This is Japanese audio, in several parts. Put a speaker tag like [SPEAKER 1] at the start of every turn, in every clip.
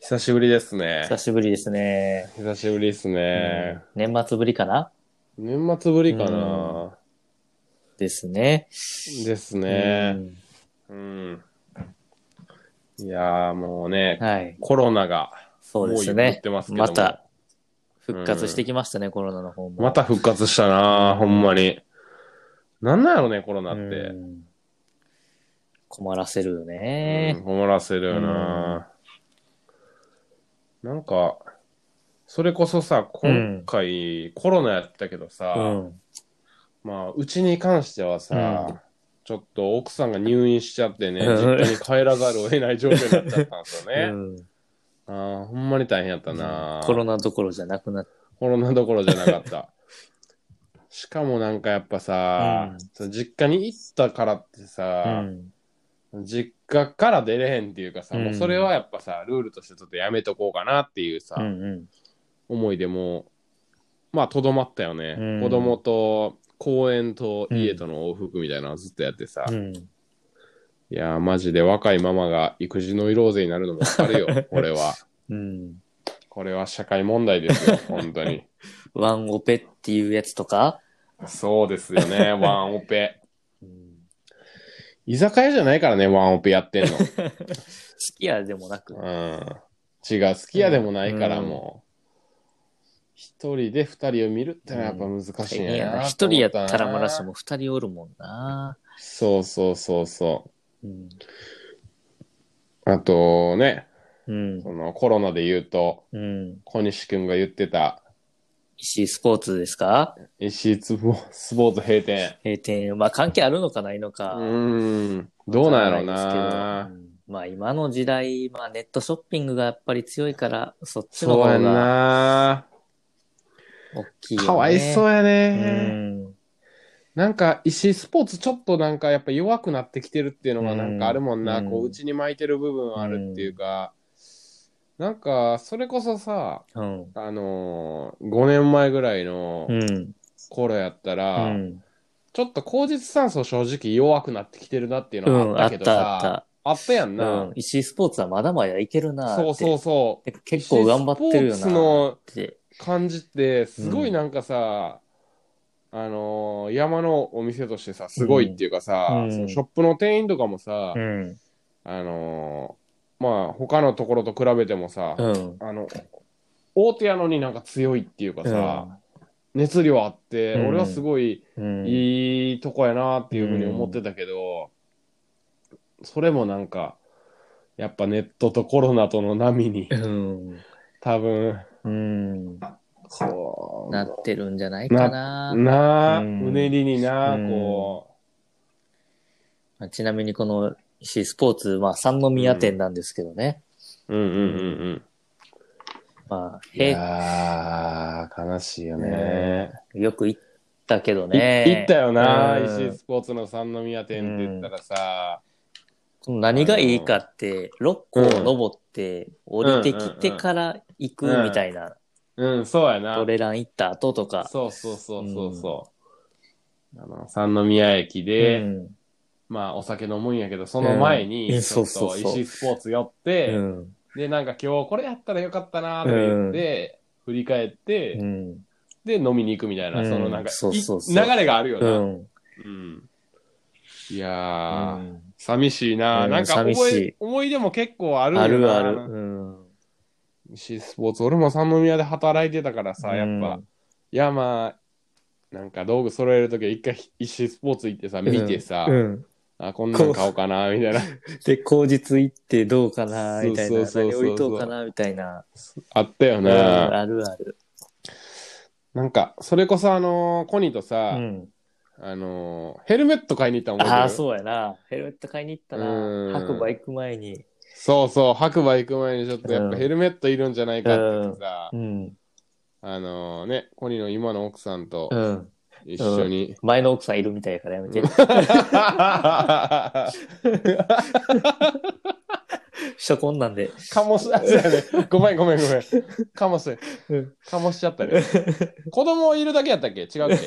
[SPEAKER 1] 久しぶりですね
[SPEAKER 2] 久。しぶりですね。
[SPEAKER 1] 久しぶりですね。
[SPEAKER 2] うん年末ぶりかな
[SPEAKER 1] 年末ぶりかな。
[SPEAKER 2] ですね。
[SPEAKER 1] ですね。うん。いやーもうね
[SPEAKER 2] うん、はい。
[SPEAKER 1] コロナが
[SPEAKER 2] そうです
[SPEAKER 1] 猛威を振
[SPEAKER 2] ね
[SPEAKER 1] ってます。けども
[SPEAKER 2] また復活してきましたね、コロナの方も。
[SPEAKER 1] また復活したな、ほんまに。なんなんやろね、コロナっ
[SPEAKER 2] う
[SPEAKER 1] て。
[SPEAKER 2] ん困らせるよ
[SPEAKER 1] うん
[SPEAKER 2] ね。
[SPEAKER 1] 困らせるよな。なんか、それこそさ、今回、コロナやったけどさ、
[SPEAKER 2] うん。
[SPEAKER 1] まあ、うちに関してはさ、
[SPEAKER 2] うん
[SPEAKER 1] ちょっと奥さんが入院しちゃってね、
[SPEAKER 2] うん
[SPEAKER 1] 実家に帰らざるを得ない状況になっちゃったんですよ
[SPEAKER 2] う
[SPEAKER 1] ね。
[SPEAKER 2] ん
[SPEAKER 1] あーほんまに大変やったな、
[SPEAKER 2] コロナどころじゃなくなっ
[SPEAKER 1] コロナどころじゃなかった。しかもなんかやっぱさ、
[SPEAKER 2] うん
[SPEAKER 1] その実家に行ったからって
[SPEAKER 2] た。
[SPEAKER 1] さ
[SPEAKER 2] う、ん
[SPEAKER 1] 実家から出れへんっていうかさ、もううんそれはやっぱさ、ルールとしてちょっとやめとこうかなっていうさ、
[SPEAKER 2] うん
[SPEAKER 1] 思いでもう、まあ、とどまったよね。
[SPEAKER 2] うん
[SPEAKER 1] 子供と公園と家との往復みたいなのをずっとやってさ、
[SPEAKER 2] うん。うん
[SPEAKER 1] いやー、マジで若いママが育児ノイローゼになるのもわかる よ、これは。
[SPEAKER 2] うん。
[SPEAKER 1] これは社会問題ですよ、本当に。
[SPEAKER 2] ワンオペっていうやつとか。
[SPEAKER 1] そうですよね、ワンオ ペ。
[SPEAKER 2] うん
[SPEAKER 1] 居酒屋じゃないからね、ワンオペやってんの。
[SPEAKER 2] 好きやでもなく。
[SPEAKER 1] うん。違う、好きやでもないから、
[SPEAKER 2] うん
[SPEAKER 1] もう。一人で二人を見るってのはやっぱ難しいん
[SPEAKER 2] 大変
[SPEAKER 1] や
[SPEAKER 2] や
[SPEAKER 1] な
[SPEAKER 2] な
[SPEAKER 1] と
[SPEAKER 2] 一人
[SPEAKER 1] 思
[SPEAKER 2] や
[SPEAKER 1] っ
[SPEAKER 2] った
[SPEAKER 1] な。
[SPEAKER 2] たらまだしも二人おるもんな。
[SPEAKER 1] そうそうそうそ
[SPEAKER 2] うん。
[SPEAKER 1] う。あとね、
[SPEAKER 2] うん
[SPEAKER 1] そ。のコロナで言うと、
[SPEAKER 2] うん。
[SPEAKER 1] 小西くんが言ってた、
[SPEAKER 2] 石井スポーツですか
[SPEAKER 1] 石井スポーツ閉店。
[SPEAKER 2] 閉店。まあ関係あるのかないのか。
[SPEAKER 1] うーんどうなんやろうな。
[SPEAKER 2] うんまあ今の時代、まあネットショッピングがやっぱり強いから、そっちの
[SPEAKER 1] そ
[SPEAKER 2] 方
[SPEAKER 1] うやん
[SPEAKER 2] が
[SPEAKER 1] な。
[SPEAKER 2] 大きいよ、ね。
[SPEAKER 1] かわいそう
[SPEAKER 2] う
[SPEAKER 1] や
[SPEAKER 2] や
[SPEAKER 1] ね。
[SPEAKER 2] ん。
[SPEAKER 1] なんか、石井スポーツちょっとなんかやっぱ弱くなってきてるっていうのが
[SPEAKER 2] うん
[SPEAKER 1] なんかあるもんな。
[SPEAKER 2] うん
[SPEAKER 1] こう、うちに巻いてる部分あるっていうか。なんか、それこそさ、
[SPEAKER 2] うん。
[SPEAKER 1] あのー、5年前ぐらいの
[SPEAKER 2] うん。
[SPEAKER 1] 頃やった
[SPEAKER 2] う
[SPEAKER 1] ら、
[SPEAKER 2] ん。
[SPEAKER 1] ちょっと口実酸素正直弱くなってきてるなっていう
[SPEAKER 2] う
[SPEAKER 1] の
[SPEAKER 2] ん。
[SPEAKER 1] はあ
[SPEAKER 2] あ
[SPEAKER 1] っ
[SPEAKER 2] っ
[SPEAKER 1] け
[SPEAKER 2] た
[SPEAKER 1] ど
[SPEAKER 2] たあっ
[SPEAKER 1] さ、
[SPEAKER 2] た。
[SPEAKER 1] あったやん
[SPEAKER 2] う
[SPEAKER 1] な。
[SPEAKER 2] ん。石井スポーツはまだまだいけるなって。
[SPEAKER 1] そうそうそう。
[SPEAKER 2] う。結構頑張ってるよ
[SPEAKER 1] 石井ス
[SPEAKER 2] な
[SPEAKER 1] ポーツの
[SPEAKER 2] って。
[SPEAKER 1] 感じってすごいなんかさ、あのー山のお店としてさすごいっていうかさ、
[SPEAKER 2] うん
[SPEAKER 1] そのショップの店員とかもさ、
[SPEAKER 2] うん。
[SPEAKER 1] あのーまあ他のところと比べてもさ、
[SPEAKER 2] うん。
[SPEAKER 1] あの大手やのになんか強いっていうかさ、熱量あって、
[SPEAKER 2] うん
[SPEAKER 1] 俺はすごい
[SPEAKER 2] うん。
[SPEAKER 1] いいとこやなっていうふうに思ってたけど、それもなんかやっぱネットとコロナとの波に
[SPEAKER 2] うん。
[SPEAKER 1] 多分
[SPEAKER 2] うん。
[SPEAKER 1] こう
[SPEAKER 2] なってるんじゃないかな。
[SPEAKER 1] なあ、
[SPEAKER 2] うん
[SPEAKER 1] うねりになあ、
[SPEAKER 2] うん
[SPEAKER 1] こ
[SPEAKER 2] まあちなみにこの石井スポーツ、まあ三宮店なんですけどね。
[SPEAKER 1] う。うんうんうんうん。
[SPEAKER 2] まあ、
[SPEAKER 1] い
[SPEAKER 2] へ
[SPEAKER 1] やー、悲しいよね。
[SPEAKER 2] よく行ったけど
[SPEAKER 1] い
[SPEAKER 2] ね。
[SPEAKER 1] 行ったよな、
[SPEAKER 2] うん
[SPEAKER 1] 石井スポーツの三宮店って言ったらさ、
[SPEAKER 2] この何がいいかって、6個を登って降りてきてから行くみたいな、
[SPEAKER 1] うん、そうやな
[SPEAKER 2] ト。レラン行った後とか。
[SPEAKER 1] そうそうそうそうそう。あの三宮駅で、
[SPEAKER 2] うん
[SPEAKER 1] まあお酒飲むんやけど、その前に、
[SPEAKER 2] うん
[SPEAKER 1] ちょっ
[SPEAKER 2] そう
[SPEAKER 1] と
[SPEAKER 2] そうそう
[SPEAKER 1] 石井スポーツ寄って、
[SPEAKER 2] うん。
[SPEAKER 1] で、なんか今日これやったらよかったなーって言って、振り返って、
[SPEAKER 2] うん。
[SPEAKER 1] で飲みに行くみたいな、
[SPEAKER 2] うん
[SPEAKER 1] そのなんか、
[SPEAKER 2] そうそうそう
[SPEAKER 1] い流れがあるよ
[SPEAKER 2] う
[SPEAKER 1] な。
[SPEAKER 2] ん。
[SPEAKER 1] うんいやー、寂しいな、
[SPEAKER 2] うん
[SPEAKER 1] なんか覚え
[SPEAKER 2] 寂しい
[SPEAKER 1] 思い出も結構あるよな
[SPEAKER 2] あるある。うん。
[SPEAKER 1] 石井スポーツ俺も三宮で働いてたからさ、やっぱ
[SPEAKER 2] うん
[SPEAKER 1] いやまあなんか道具揃える時は一回石井スポーツ行ってさ見てさ、
[SPEAKER 2] うん。
[SPEAKER 1] あこんなん買おうかなみたいな
[SPEAKER 2] で、口実行ってどうかな、みたいな。
[SPEAKER 1] そうそうそうそう
[SPEAKER 2] 何置いとうかな、みたいな。
[SPEAKER 1] あったよ
[SPEAKER 2] うん
[SPEAKER 1] な、
[SPEAKER 2] あるある。
[SPEAKER 1] なんかそれこそあのーコニーと
[SPEAKER 2] う
[SPEAKER 1] さ、
[SPEAKER 2] ん。
[SPEAKER 1] あのーヘルメット買いに行ったもん
[SPEAKER 2] ああ、そうやな。ヘルメット買いに行った
[SPEAKER 1] うん
[SPEAKER 2] な。白馬行く前に。
[SPEAKER 1] そうそう白馬行く前にちょっとやっぱ
[SPEAKER 2] うん
[SPEAKER 1] ヘルメットいるんじゃないかって言ってさ、
[SPEAKER 2] うん。
[SPEAKER 1] あのーねコニーの今の奥さんと
[SPEAKER 2] うん。
[SPEAKER 1] 一緒に、
[SPEAKER 2] 前の奥さんいるみたいやから やめて。
[SPEAKER 1] か
[SPEAKER 2] 初婚なんで。
[SPEAKER 1] もし、あそうやね。ごめんごめんごめん。かもし
[SPEAKER 2] うん、
[SPEAKER 1] かもしちゃったね。子供いるだけやったっけ違うっ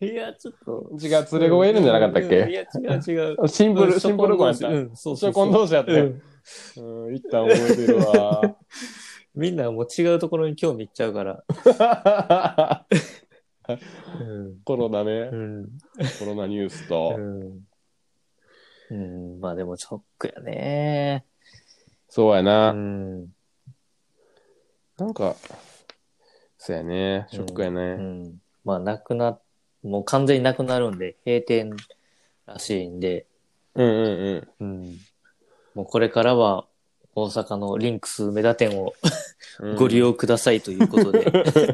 [SPEAKER 1] け
[SPEAKER 2] いや、ちょっと。
[SPEAKER 1] 違う、連れ子がいるんじゃなかったっ
[SPEAKER 2] うんい
[SPEAKER 1] け
[SPEAKER 2] や、違う違 う。
[SPEAKER 1] シンプル、シンプル子やっ
[SPEAKER 2] 初
[SPEAKER 1] た
[SPEAKER 2] 婚同士う。ん、そうそう
[SPEAKER 1] 初
[SPEAKER 2] そう。
[SPEAKER 1] 婚同士やった
[SPEAKER 2] う
[SPEAKER 1] よ。
[SPEAKER 2] ん
[SPEAKER 1] うん、一旦覚えてる わ。
[SPEAKER 2] みんなもう違うところに興味いっちゃうから。うん。
[SPEAKER 1] コロナね
[SPEAKER 2] う、ん。
[SPEAKER 1] コロナニュース
[SPEAKER 2] う
[SPEAKER 1] と。
[SPEAKER 2] ん。うん、まあでもショックやね。
[SPEAKER 1] そうや
[SPEAKER 2] う
[SPEAKER 1] な。
[SPEAKER 2] ん。
[SPEAKER 1] なんか、そうやね。ショックやね。
[SPEAKER 2] うん。まあなくな、もう完全になくなるんで、閉店らしいんで、
[SPEAKER 1] うんうんうん。
[SPEAKER 2] うん。もうこれからは大阪のリンクスメダ店を
[SPEAKER 1] うん
[SPEAKER 2] ご利用くださいということで、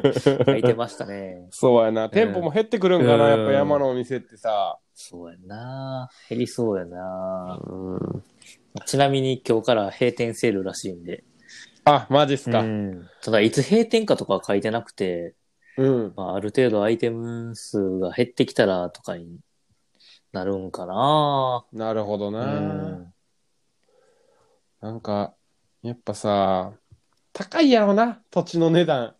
[SPEAKER 2] 書いてましたね。
[SPEAKER 1] そうやな。店舗も減ってくるんかな、
[SPEAKER 2] うん
[SPEAKER 1] やっぱ山のお店ってさ。
[SPEAKER 2] そうやな減りそうやな
[SPEAKER 1] うん、
[SPEAKER 2] ちなみに今日から閉店セールらしいんで。
[SPEAKER 1] あ、マジっすか。
[SPEAKER 2] うんただいつ閉店かとかは書いてなくて、
[SPEAKER 1] うん。
[SPEAKER 2] まあ、ある程度アイテム数が減ってきたらとかになるんかな
[SPEAKER 1] なるほど
[SPEAKER 2] う
[SPEAKER 1] な。
[SPEAKER 2] ん。
[SPEAKER 1] なんか、やっぱさ、高いやろな、土地の値段。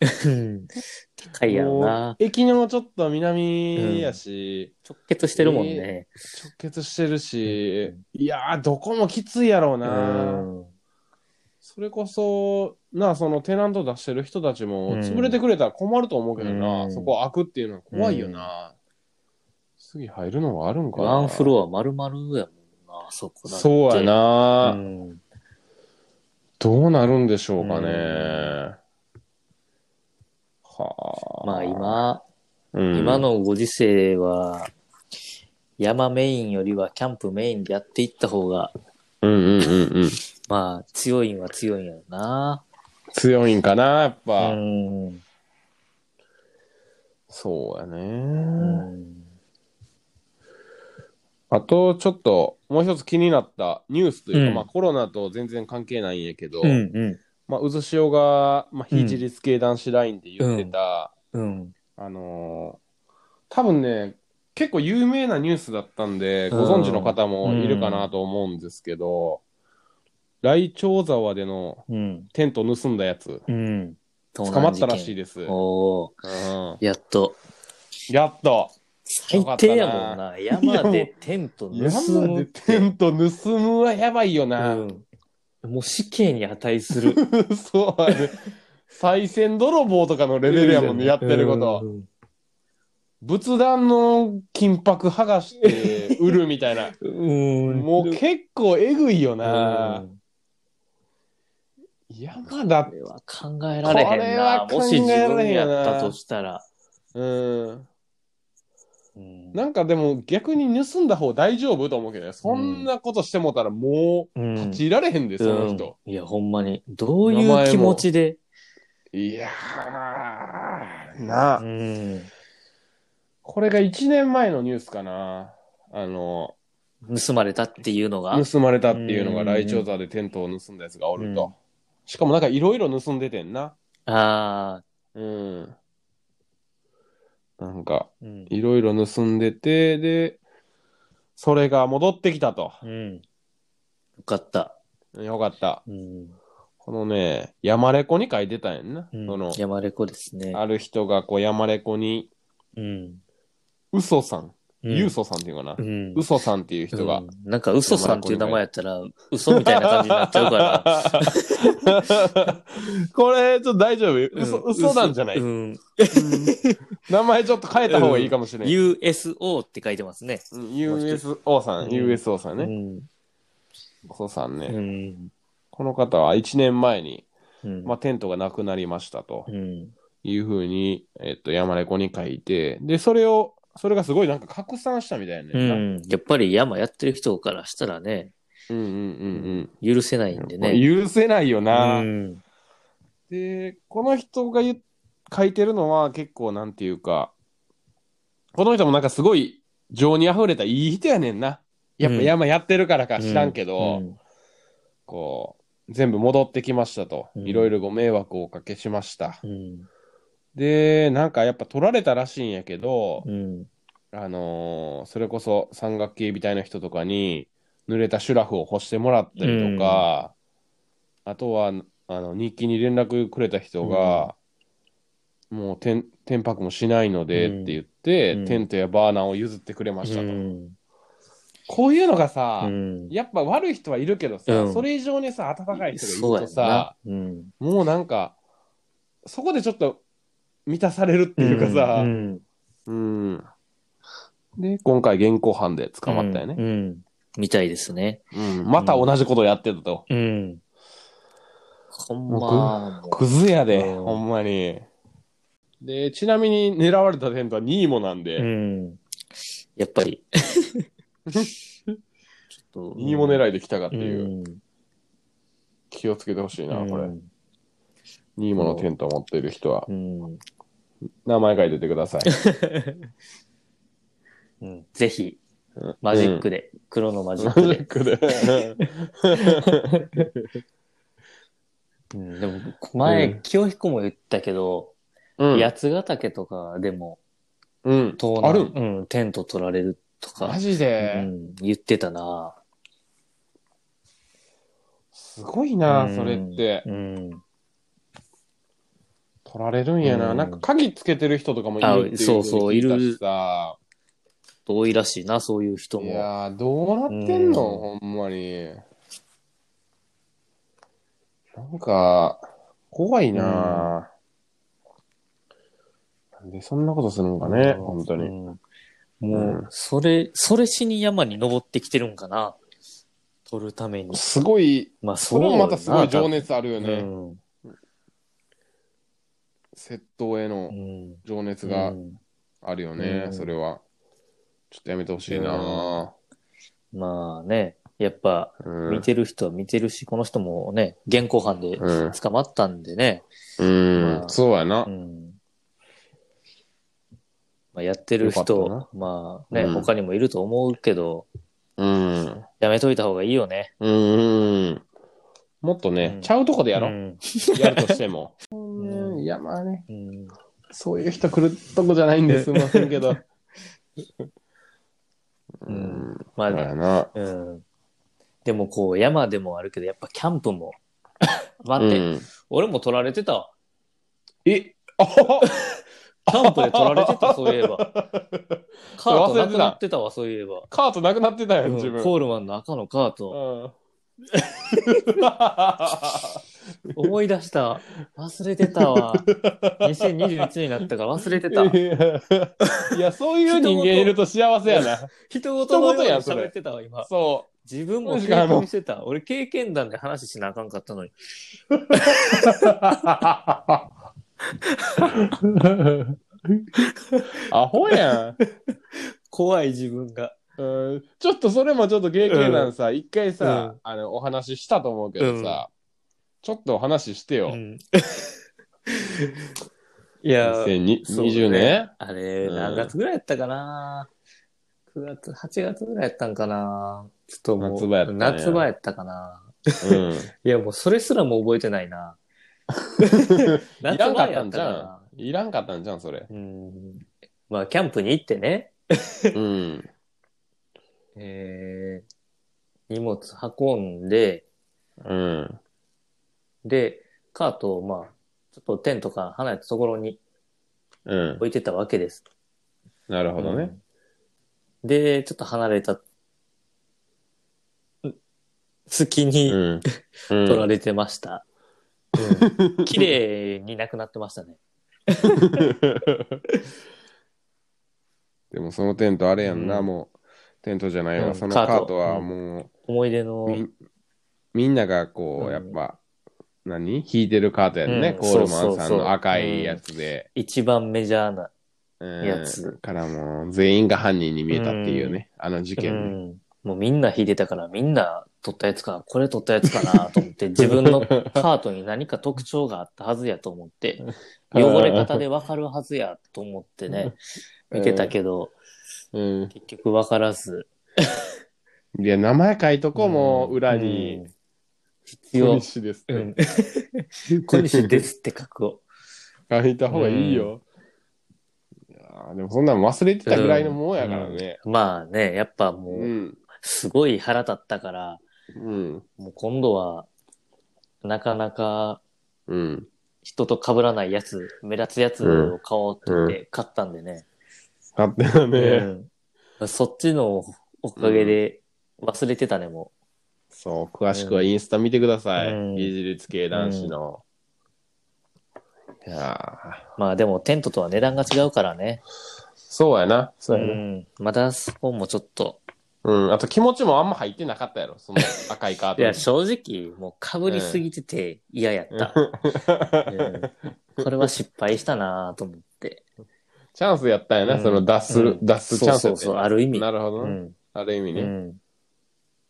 [SPEAKER 2] 高いやろ
[SPEAKER 1] もう
[SPEAKER 2] な。
[SPEAKER 1] 駅のちょっと南やし、
[SPEAKER 2] 直結してるもんね。
[SPEAKER 1] 直結してるし、いやー、どこもきついやろう
[SPEAKER 2] う
[SPEAKER 1] な。
[SPEAKER 2] ん。
[SPEAKER 1] それこそ、なあ、そのテナント出してる人たち
[SPEAKER 2] う
[SPEAKER 1] も、
[SPEAKER 2] ん
[SPEAKER 1] 潰れてくれたら困ると思うけどな、
[SPEAKER 2] うん
[SPEAKER 1] そこ開くっていうのは怖いよな。次入るのはあるんかな。
[SPEAKER 2] ワンフロア丸々やもんな、あそこだって
[SPEAKER 1] そうや。な、
[SPEAKER 2] うん
[SPEAKER 1] どうなるんでしょうかね。
[SPEAKER 2] うん
[SPEAKER 1] はあ。
[SPEAKER 2] まあ、今、
[SPEAKER 1] うん
[SPEAKER 2] 今のご時世は、山メインよりはキャンプメインでやっていった方が、
[SPEAKER 1] うんうんうんうん。
[SPEAKER 2] まあ、強いんは強いんやろな。
[SPEAKER 1] 強いんかな、やっ
[SPEAKER 2] う
[SPEAKER 1] ぱ。
[SPEAKER 2] ん。うん
[SPEAKER 1] そうやね。あと、ちょっと、もう一つ気になったニュースというか、
[SPEAKER 2] うん
[SPEAKER 1] まあコロナと全然関係ないんやけど、
[SPEAKER 2] うん。
[SPEAKER 1] まあ、渦潮が、まあ、非自立系男子ラインで言ってた、
[SPEAKER 2] うん。
[SPEAKER 1] あのー多分ね、結構有名なニュースだったんで、
[SPEAKER 2] うん
[SPEAKER 1] ご存知の方もいるかなと思うんですけど、来鳥沢での
[SPEAKER 2] うん。
[SPEAKER 1] テント盗んだやつ、
[SPEAKER 2] うん。
[SPEAKER 1] 捕まったらしい
[SPEAKER 2] で
[SPEAKER 1] です。
[SPEAKER 2] おお
[SPEAKER 1] うん
[SPEAKER 2] やっと。
[SPEAKER 1] やっと
[SPEAKER 2] 最低やもんな。山でテント盗
[SPEAKER 1] 山
[SPEAKER 2] む
[SPEAKER 1] で
[SPEAKER 2] って
[SPEAKER 1] テ。ント盗むはやばいよな。
[SPEAKER 2] うん。もう死刑に値する。
[SPEAKER 1] そうやね。再銭泥棒とかのレベルやもんね、やってること。
[SPEAKER 2] うん。
[SPEAKER 1] 仏壇の金箔剥がして売るみたいな。
[SPEAKER 2] うん
[SPEAKER 1] もう結構えぐいよな。
[SPEAKER 2] うん
[SPEAKER 1] 山だ
[SPEAKER 2] こ
[SPEAKER 1] っ
[SPEAKER 2] れは考えられ
[SPEAKER 1] こ
[SPEAKER 2] へん
[SPEAKER 1] れ
[SPEAKER 2] な。
[SPEAKER 1] は
[SPEAKER 2] も
[SPEAKER 1] 考
[SPEAKER 2] し
[SPEAKER 1] え
[SPEAKER 2] 自
[SPEAKER 1] られ
[SPEAKER 2] 分
[SPEAKER 1] へんよな
[SPEAKER 2] やったとしたら。
[SPEAKER 1] うん。
[SPEAKER 2] うん
[SPEAKER 1] なんかでも逆に盗んだ方大丈夫と思うけどね。そんなことしてもたらも
[SPEAKER 2] うん
[SPEAKER 1] う立ち入られへんで、その人。
[SPEAKER 2] うんいや、ほんまに。どうい
[SPEAKER 1] 名前
[SPEAKER 2] う
[SPEAKER 1] も
[SPEAKER 2] 気持ちで。
[SPEAKER 1] いやー、なあ
[SPEAKER 2] うん
[SPEAKER 1] これが1年前のニュースかな。あの、
[SPEAKER 2] 盗まれたっていうのが。
[SPEAKER 1] 盗まれたっていうのが
[SPEAKER 2] うん
[SPEAKER 1] 来鳥沢でテントを盗んだやつがおると。しかもなんかいろいろ盗んでてんな。
[SPEAKER 2] ああ。
[SPEAKER 1] うん。なんか、
[SPEAKER 2] うん。
[SPEAKER 1] いろいろ盗んでて、で、それが戻ってきたと。
[SPEAKER 2] うん。よかった。
[SPEAKER 1] よかった。
[SPEAKER 2] うん。
[SPEAKER 1] このね、山レコに書いてたんやんな。
[SPEAKER 2] うん
[SPEAKER 1] その、
[SPEAKER 2] 山レコですね。
[SPEAKER 1] ある人がこう山レコに、
[SPEAKER 2] うん。
[SPEAKER 1] 嘘さん、
[SPEAKER 2] うん
[SPEAKER 1] ゆうそさんっていうかな
[SPEAKER 2] う。ん。
[SPEAKER 1] 嘘さんっていう人が
[SPEAKER 2] う。んなんか、嘘さんっていう名前やったら、嘘みたいな感じになっちゃうか ら。
[SPEAKER 1] これ、ちょっと大丈夫 嘘、
[SPEAKER 2] うん
[SPEAKER 1] 嘘なんじゃない、
[SPEAKER 2] うん。
[SPEAKER 1] 名前ちょっと変えた方がいいかもしれない。
[SPEAKER 2] USO って書いてますね。
[SPEAKER 1] うん USO さん、
[SPEAKER 2] うん
[SPEAKER 1] USO さんね。
[SPEAKER 2] うん。
[SPEAKER 1] 嘘さんね、
[SPEAKER 2] うん。
[SPEAKER 1] この方は1年前に、
[SPEAKER 2] うん
[SPEAKER 1] まあ、テントがなくなりましたと
[SPEAKER 2] うん。
[SPEAKER 1] いうふうに、えっと、山猫に書いて、で、それを、それがすごいなんか拡散したみたいな、
[SPEAKER 2] う
[SPEAKER 1] ね
[SPEAKER 2] ん。やっぱり山やってる人からしたらね、
[SPEAKER 1] うんうん
[SPEAKER 2] 許せない
[SPEAKER 1] うん
[SPEAKER 2] ん
[SPEAKER 1] う
[SPEAKER 2] で
[SPEAKER 1] ん。
[SPEAKER 2] ね。
[SPEAKER 1] 許せないよな。
[SPEAKER 2] うん。
[SPEAKER 1] で、この人が言書いてるのは結構なんていうか、この人もなんかすごい情に溢れたいい人やねんな。やっぱ山やってるからか知らんけど、
[SPEAKER 2] うん
[SPEAKER 1] こう、全部戻ってきましたと。
[SPEAKER 2] うん
[SPEAKER 1] いろいろご迷惑をおかけしました。
[SPEAKER 2] うん。
[SPEAKER 1] で、なんかやっぱ取られたらしいんやけど、
[SPEAKER 2] うん。
[SPEAKER 1] あのーそれこそ山岳警備隊の人とかに濡れたシュラフを干してもらったりとか、あとはあの日記に連絡くれた人が、もうてん天泊もしないのでって言って、
[SPEAKER 2] うん
[SPEAKER 1] テントやバーナーを譲ってくれましたと、
[SPEAKER 2] うん
[SPEAKER 1] こういうのがさ、
[SPEAKER 2] うん。
[SPEAKER 1] やっぱ悪い人はいるけどさ、
[SPEAKER 2] うん
[SPEAKER 1] それ以上にさ、温かい人
[SPEAKER 2] そ
[SPEAKER 1] がい
[SPEAKER 2] う
[SPEAKER 1] ると
[SPEAKER 2] やんな
[SPEAKER 1] さ、。
[SPEAKER 2] うん。
[SPEAKER 1] もうなんか、そこでちょっと満たされるっていうかさ、
[SPEAKER 2] う
[SPEAKER 1] うん。
[SPEAKER 2] ん
[SPEAKER 1] で、今回現行犯で捕まったよね
[SPEAKER 2] う。んうん。みたいですね。
[SPEAKER 1] うんまた同じことやってたと。
[SPEAKER 2] うん。ほんま。
[SPEAKER 1] クズやで、
[SPEAKER 2] うん
[SPEAKER 1] ほんまに。で、ちなみに狙われたテントは2位もなん
[SPEAKER 2] う
[SPEAKER 1] で、
[SPEAKER 2] ん。やっ ぱり。ちょっと。
[SPEAKER 1] 2位も狙
[SPEAKER 2] い
[SPEAKER 1] いできたかっていう、気をつけてほしいな、これ。2位ものテントを持っている人は、
[SPEAKER 2] うん。
[SPEAKER 1] 名前書いててく ださい。
[SPEAKER 2] うん。ぜひ
[SPEAKER 1] うん、
[SPEAKER 2] マジックで、黒のマジッ
[SPEAKER 1] マジ
[SPEAKER 2] ク で
[SPEAKER 1] ッ。ク で。
[SPEAKER 2] うんでも、
[SPEAKER 1] う
[SPEAKER 2] 前
[SPEAKER 1] ん、
[SPEAKER 2] 清彦も言ったけど、
[SPEAKER 1] うん
[SPEAKER 2] 八ヶ岳とかでも、
[SPEAKER 1] うん。
[SPEAKER 2] 盗難
[SPEAKER 1] あるん
[SPEAKER 2] うん、テント取られるとか、
[SPEAKER 1] マジ
[SPEAKER 2] う
[SPEAKER 1] で、
[SPEAKER 2] ん、言ってたな。
[SPEAKER 1] すごいな、
[SPEAKER 2] うん
[SPEAKER 1] それって。
[SPEAKER 2] うん。
[SPEAKER 1] 取られるんやな。
[SPEAKER 2] うん
[SPEAKER 1] なんか鍵つけてる人とかもいるっていう
[SPEAKER 2] あそうそういる
[SPEAKER 1] ふに聞いたしさ。
[SPEAKER 2] 多いらしいな、そういう人
[SPEAKER 1] い
[SPEAKER 2] も。
[SPEAKER 1] やー、どうなってんの、ほ
[SPEAKER 2] う
[SPEAKER 1] んまに。なんか、怖いなー、なんでそんなことするんかね、本当
[SPEAKER 2] う
[SPEAKER 1] に。
[SPEAKER 2] ん
[SPEAKER 1] う
[SPEAKER 2] も
[SPEAKER 1] ん
[SPEAKER 2] う、それ、それしに山に登ってきてるんかな。取るために。
[SPEAKER 1] すごい、
[SPEAKER 2] まあ、そ
[SPEAKER 1] そうれ
[SPEAKER 2] やな
[SPEAKER 1] もまたすごい情熱あるよね。
[SPEAKER 2] うん
[SPEAKER 1] 窃盗への
[SPEAKER 2] うん。
[SPEAKER 1] 情熱が
[SPEAKER 2] うん
[SPEAKER 1] あるよね、
[SPEAKER 2] うん
[SPEAKER 1] それは。ちょっとやめてほしいなー
[SPEAKER 2] まあね、やっぱ、
[SPEAKER 1] うん。
[SPEAKER 2] 見てる人は見てるし、この人もね、現行犯で
[SPEAKER 1] うん
[SPEAKER 2] 捕まったんでね。
[SPEAKER 1] うん、
[SPEAKER 2] まあ
[SPEAKER 1] そうやな。
[SPEAKER 2] うんまあ、やってる
[SPEAKER 1] よかっ
[SPEAKER 2] 人、まあね、
[SPEAKER 1] うん
[SPEAKER 2] 他にもいると思うけど、
[SPEAKER 1] うん。
[SPEAKER 2] やめといた方がいいよね。
[SPEAKER 1] うん。もっとね、
[SPEAKER 2] うん
[SPEAKER 1] ちゃうとこでやろ
[SPEAKER 2] う
[SPEAKER 1] う。
[SPEAKER 2] ん
[SPEAKER 1] やるとしても。
[SPEAKER 2] ん
[SPEAKER 1] いや、まあね、
[SPEAKER 2] うん
[SPEAKER 1] そういう人来るとこじゃないんですいませんけ ど。う
[SPEAKER 2] うんん。まあ、
[SPEAKER 1] そうやな。
[SPEAKER 2] うん。でもこう、山でもあるけど、やっぱキャンプも。 待って、
[SPEAKER 1] うん
[SPEAKER 2] 俺も取られてた。
[SPEAKER 1] えあ
[SPEAKER 2] キャンプで取られてた、そうい えば。カートなくなってたわ、そういえば。
[SPEAKER 1] カートなくなってたよ、自
[SPEAKER 2] うん
[SPEAKER 1] 分。
[SPEAKER 2] コールマンの赤のカート。思い出した。忘れてたわ。2021年になったから忘れて た。
[SPEAKER 1] うんいや、そういう人間いると幸せやな。
[SPEAKER 2] 人ごとのように
[SPEAKER 1] 人事やんそれ
[SPEAKER 2] 喋ってたわ、今。
[SPEAKER 1] そ
[SPEAKER 2] 自分も
[SPEAKER 1] 確
[SPEAKER 2] 経
[SPEAKER 1] かにあの
[SPEAKER 2] 験してた。俺経験談で話しなあかんかったのに。
[SPEAKER 1] う。アホやん。
[SPEAKER 2] 怖い自分が。
[SPEAKER 1] うんちょっとそれもちょっと経験なんさ、一回さ、
[SPEAKER 2] う
[SPEAKER 1] あの、お話ししたと思うけどさ、ちょっとお話ししてよ。
[SPEAKER 2] うん、 いや、そう
[SPEAKER 1] 2020年
[SPEAKER 2] あれ、
[SPEAKER 1] うん
[SPEAKER 2] 何月ぐらいやったかな、九 ?9 月、8月ぐらいやったんかなちょっともう。
[SPEAKER 1] 夏場やったんや
[SPEAKER 2] 夏場やったかな
[SPEAKER 1] うん。
[SPEAKER 2] いや、もうそれすらも覚えてな いな。
[SPEAKER 1] いらんかった
[SPEAKER 2] 夏
[SPEAKER 1] ん
[SPEAKER 2] 場
[SPEAKER 1] じ
[SPEAKER 2] や
[SPEAKER 1] ゃん。いらんかったんじゃん、それ。
[SPEAKER 2] なうん。まあ、キャンプに行ってね。
[SPEAKER 1] うん。
[SPEAKER 2] えー、荷物運んで、
[SPEAKER 1] うん。
[SPEAKER 2] で、カートをまあ、ちょっとテントから離れたところに
[SPEAKER 1] うん。
[SPEAKER 2] 置いてたわけです。
[SPEAKER 1] なるほどね。
[SPEAKER 2] うん。で、ちょっと離れた、隙
[SPEAKER 1] う
[SPEAKER 2] に
[SPEAKER 1] ん。取
[SPEAKER 2] 取られてました。うん綺麗になくなってましたね。
[SPEAKER 1] でもそのテントあれやんな、
[SPEAKER 2] うん
[SPEAKER 1] もう、テントじゃないわ。
[SPEAKER 2] うん
[SPEAKER 1] その
[SPEAKER 2] カート
[SPEAKER 1] カートはも
[SPEAKER 2] 思い出の
[SPEAKER 1] う、、みん、みんながこ
[SPEAKER 2] う
[SPEAKER 1] う、
[SPEAKER 2] ん
[SPEAKER 1] やっぱ、何弾いてるカートやんね、
[SPEAKER 2] うん
[SPEAKER 1] コールマ
[SPEAKER 2] そ
[SPEAKER 1] ン
[SPEAKER 2] うそう
[SPEAKER 1] さ
[SPEAKER 2] そ
[SPEAKER 1] ん
[SPEAKER 2] う
[SPEAKER 1] の赤いやつで。
[SPEAKER 2] 一番メジャーな。や
[SPEAKER 1] う
[SPEAKER 2] つ
[SPEAKER 1] んからもう全員が犯人に見えたっていうね、あの事
[SPEAKER 2] う
[SPEAKER 1] 件ね。
[SPEAKER 2] ん。もうみんな引いてたから、みんな取ったやつか、これ取ったやつかなと思って、自 分の カートに何か特徴があったはずやと思って、汚れ方でわかるはずやと思ってね、見てたけど、
[SPEAKER 1] うん。
[SPEAKER 2] 結局わからず。
[SPEAKER 1] いや、名前書いとこうもう裏
[SPEAKER 2] う
[SPEAKER 1] に
[SPEAKER 2] ん。。必
[SPEAKER 1] 小
[SPEAKER 2] 要。
[SPEAKER 1] 西ですって。
[SPEAKER 2] うん。小西ですって書くを。
[SPEAKER 1] 書いた方がいいよ。いやーでもそんなん忘れてたぐらいのもんやからね。
[SPEAKER 2] うんまあね、やっぱも
[SPEAKER 1] う
[SPEAKER 2] う、
[SPEAKER 1] ん。
[SPEAKER 2] すごい腹立ったから、
[SPEAKER 1] うん。
[SPEAKER 2] もう今度は、なかなか
[SPEAKER 1] うん。
[SPEAKER 2] 人と被らないやつ、目立つやつを買おうって言って買ったんでね。
[SPEAKER 1] 勝手だね。
[SPEAKER 2] うんそっちのおかげで忘れてたね、も
[SPEAKER 1] そう、詳しくはインスタ見てください。
[SPEAKER 2] うん
[SPEAKER 1] 技術系男子の。いや
[SPEAKER 2] う
[SPEAKER 1] ー。
[SPEAKER 2] まあでもテントとは値段が違うからね。
[SPEAKER 1] そうやな。
[SPEAKER 2] う
[SPEAKER 1] そね。
[SPEAKER 2] ん。まだそこもちょっと。
[SPEAKER 1] うん。あと気持ちもあんま入ってなかったやろ、その赤いカー
[SPEAKER 2] い
[SPEAKER 1] ト
[SPEAKER 2] や、正直、もうかぶりすぎてて嫌やっ た。うんこれは失敗したなと思って。
[SPEAKER 1] チャンスやったんやな、
[SPEAKER 2] うん
[SPEAKER 1] その脱する、
[SPEAKER 2] うん
[SPEAKER 1] 脱すチャンス
[SPEAKER 2] そ
[SPEAKER 1] や
[SPEAKER 2] う
[SPEAKER 1] った
[SPEAKER 2] そうそう、ある意味。
[SPEAKER 1] なるほど
[SPEAKER 2] う
[SPEAKER 1] な、
[SPEAKER 2] ん。
[SPEAKER 1] ある意味
[SPEAKER 2] う
[SPEAKER 1] ね。
[SPEAKER 2] ん。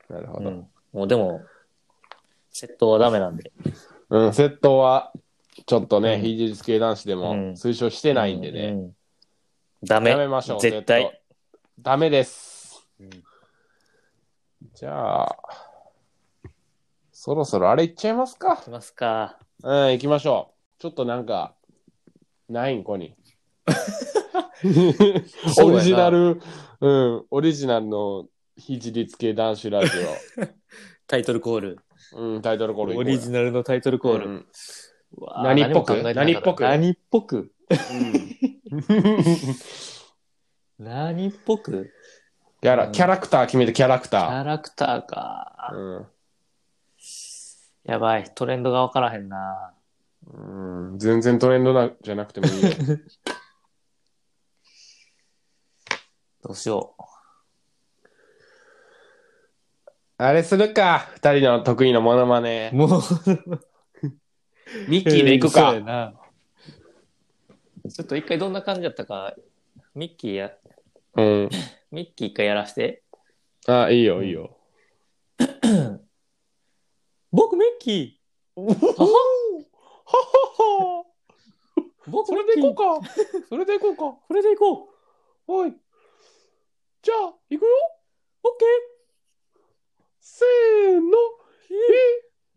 [SPEAKER 1] なる
[SPEAKER 2] う
[SPEAKER 1] ほど、
[SPEAKER 2] んもうでも、窃盗はダメなんで。
[SPEAKER 1] うん。窃盗は、ちょっと
[SPEAKER 2] う
[SPEAKER 1] ね、
[SPEAKER 2] ん
[SPEAKER 1] 非自立系男子でも
[SPEAKER 2] うん
[SPEAKER 1] 推奨してないんでね。
[SPEAKER 2] うん。ダメ。
[SPEAKER 1] やめましょう、
[SPEAKER 2] 絶
[SPEAKER 1] 窃盗
[SPEAKER 2] 対。。
[SPEAKER 1] ダメです。
[SPEAKER 2] うん
[SPEAKER 1] じゃあ、そろそろあれいっちゃいますか。
[SPEAKER 2] いますか。
[SPEAKER 1] うん、行きましょう。ちょっとなんか、ないん、こ に。オリジナル、うん、オリジナルの非自立系男子ラジ
[SPEAKER 2] タイトルコール。
[SPEAKER 1] オ。 うん、タイトルコール行こう
[SPEAKER 2] オ
[SPEAKER 1] や
[SPEAKER 2] リジナルのタイトルコール。
[SPEAKER 1] うん
[SPEAKER 2] うわー
[SPEAKER 1] 何っぽく
[SPEAKER 2] も考えてなかた
[SPEAKER 1] 何っぽく
[SPEAKER 2] 何っぽく
[SPEAKER 1] キ
[SPEAKER 2] 何っぽく
[SPEAKER 1] ャラ、キャラクター決めて、キャラク
[SPEAKER 2] キ
[SPEAKER 1] タ
[SPEAKER 2] ャラクターか
[SPEAKER 1] ー。。うん
[SPEAKER 2] やばい、トレンドが分からへんな。
[SPEAKER 1] うん、全然トレンドなじゃなくてもいいよ。
[SPEAKER 2] どうしよ
[SPEAKER 1] あれするか、二人の得意のモノマネ
[SPEAKER 2] う。。もう、
[SPEAKER 1] ミッキーで行く
[SPEAKER 2] そう
[SPEAKER 1] か。
[SPEAKER 2] やなちょっと一回どんな感じだったか、ミッキーや、
[SPEAKER 1] うん。
[SPEAKER 2] ミッキー一回やらして。
[SPEAKER 1] あ、いいよ、いいよ。
[SPEAKER 2] 僕ミッキ
[SPEAKER 1] はは
[SPEAKER 2] ー僕
[SPEAKER 1] そ
[SPEAKER 2] ミ
[SPEAKER 1] れ
[SPEAKER 2] ッキ
[SPEAKER 1] で
[SPEAKER 2] ー
[SPEAKER 1] 行こう か。それで行こうか。
[SPEAKER 2] これでいこう
[SPEAKER 1] おい。じゃあ、行くよ。オッケー。せーの。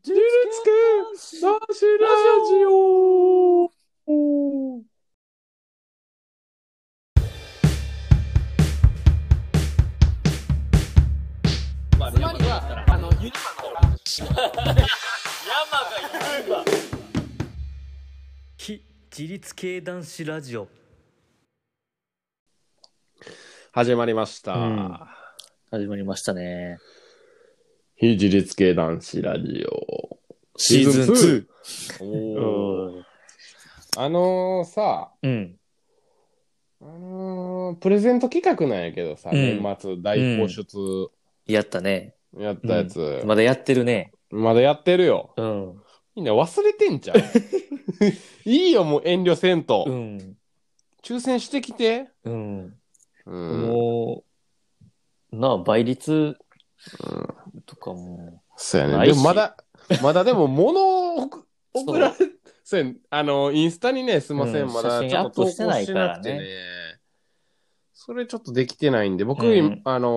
[SPEAKER 1] 自立系男子ラジオ。
[SPEAKER 2] 非自立系男子ラジオ。
[SPEAKER 1] 始まりました。
[SPEAKER 2] うん始まりましたね。
[SPEAKER 1] 非自立系男子ラジオ。
[SPEAKER 2] シーズ
[SPEAKER 1] 2。
[SPEAKER 2] ン2。
[SPEAKER 1] おーあのーさ、
[SPEAKER 2] うん。
[SPEAKER 1] あのープレゼント企画なんやけどさ、
[SPEAKER 2] うん
[SPEAKER 1] 年末大放出
[SPEAKER 2] やったね。
[SPEAKER 1] やったやつ、
[SPEAKER 2] まだやってるね。
[SPEAKER 1] まだやってるよ。
[SPEAKER 2] うん。
[SPEAKER 1] みんな忘れてん じゃん。いいよ、もう遠慮せんと。
[SPEAKER 2] うん。
[SPEAKER 1] 抽選してきて。
[SPEAKER 2] うん。
[SPEAKER 1] うん。
[SPEAKER 2] もう、なあ、倍率とかも。
[SPEAKER 1] そうや
[SPEAKER 2] な
[SPEAKER 1] ね。
[SPEAKER 2] いし
[SPEAKER 1] でもまだ、まだで も物を送送られそうやねあの、インスタにね、すいません、
[SPEAKER 2] うん
[SPEAKER 1] まだ
[SPEAKER 2] 写真
[SPEAKER 1] ちょっと投
[SPEAKER 2] アップ
[SPEAKER 1] 稿
[SPEAKER 2] してない
[SPEAKER 1] して
[SPEAKER 2] からね
[SPEAKER 1] なくてね。それちょっとできてないんで、僕、
[SPEAKER 2] うん
[SPEAKER 1] あの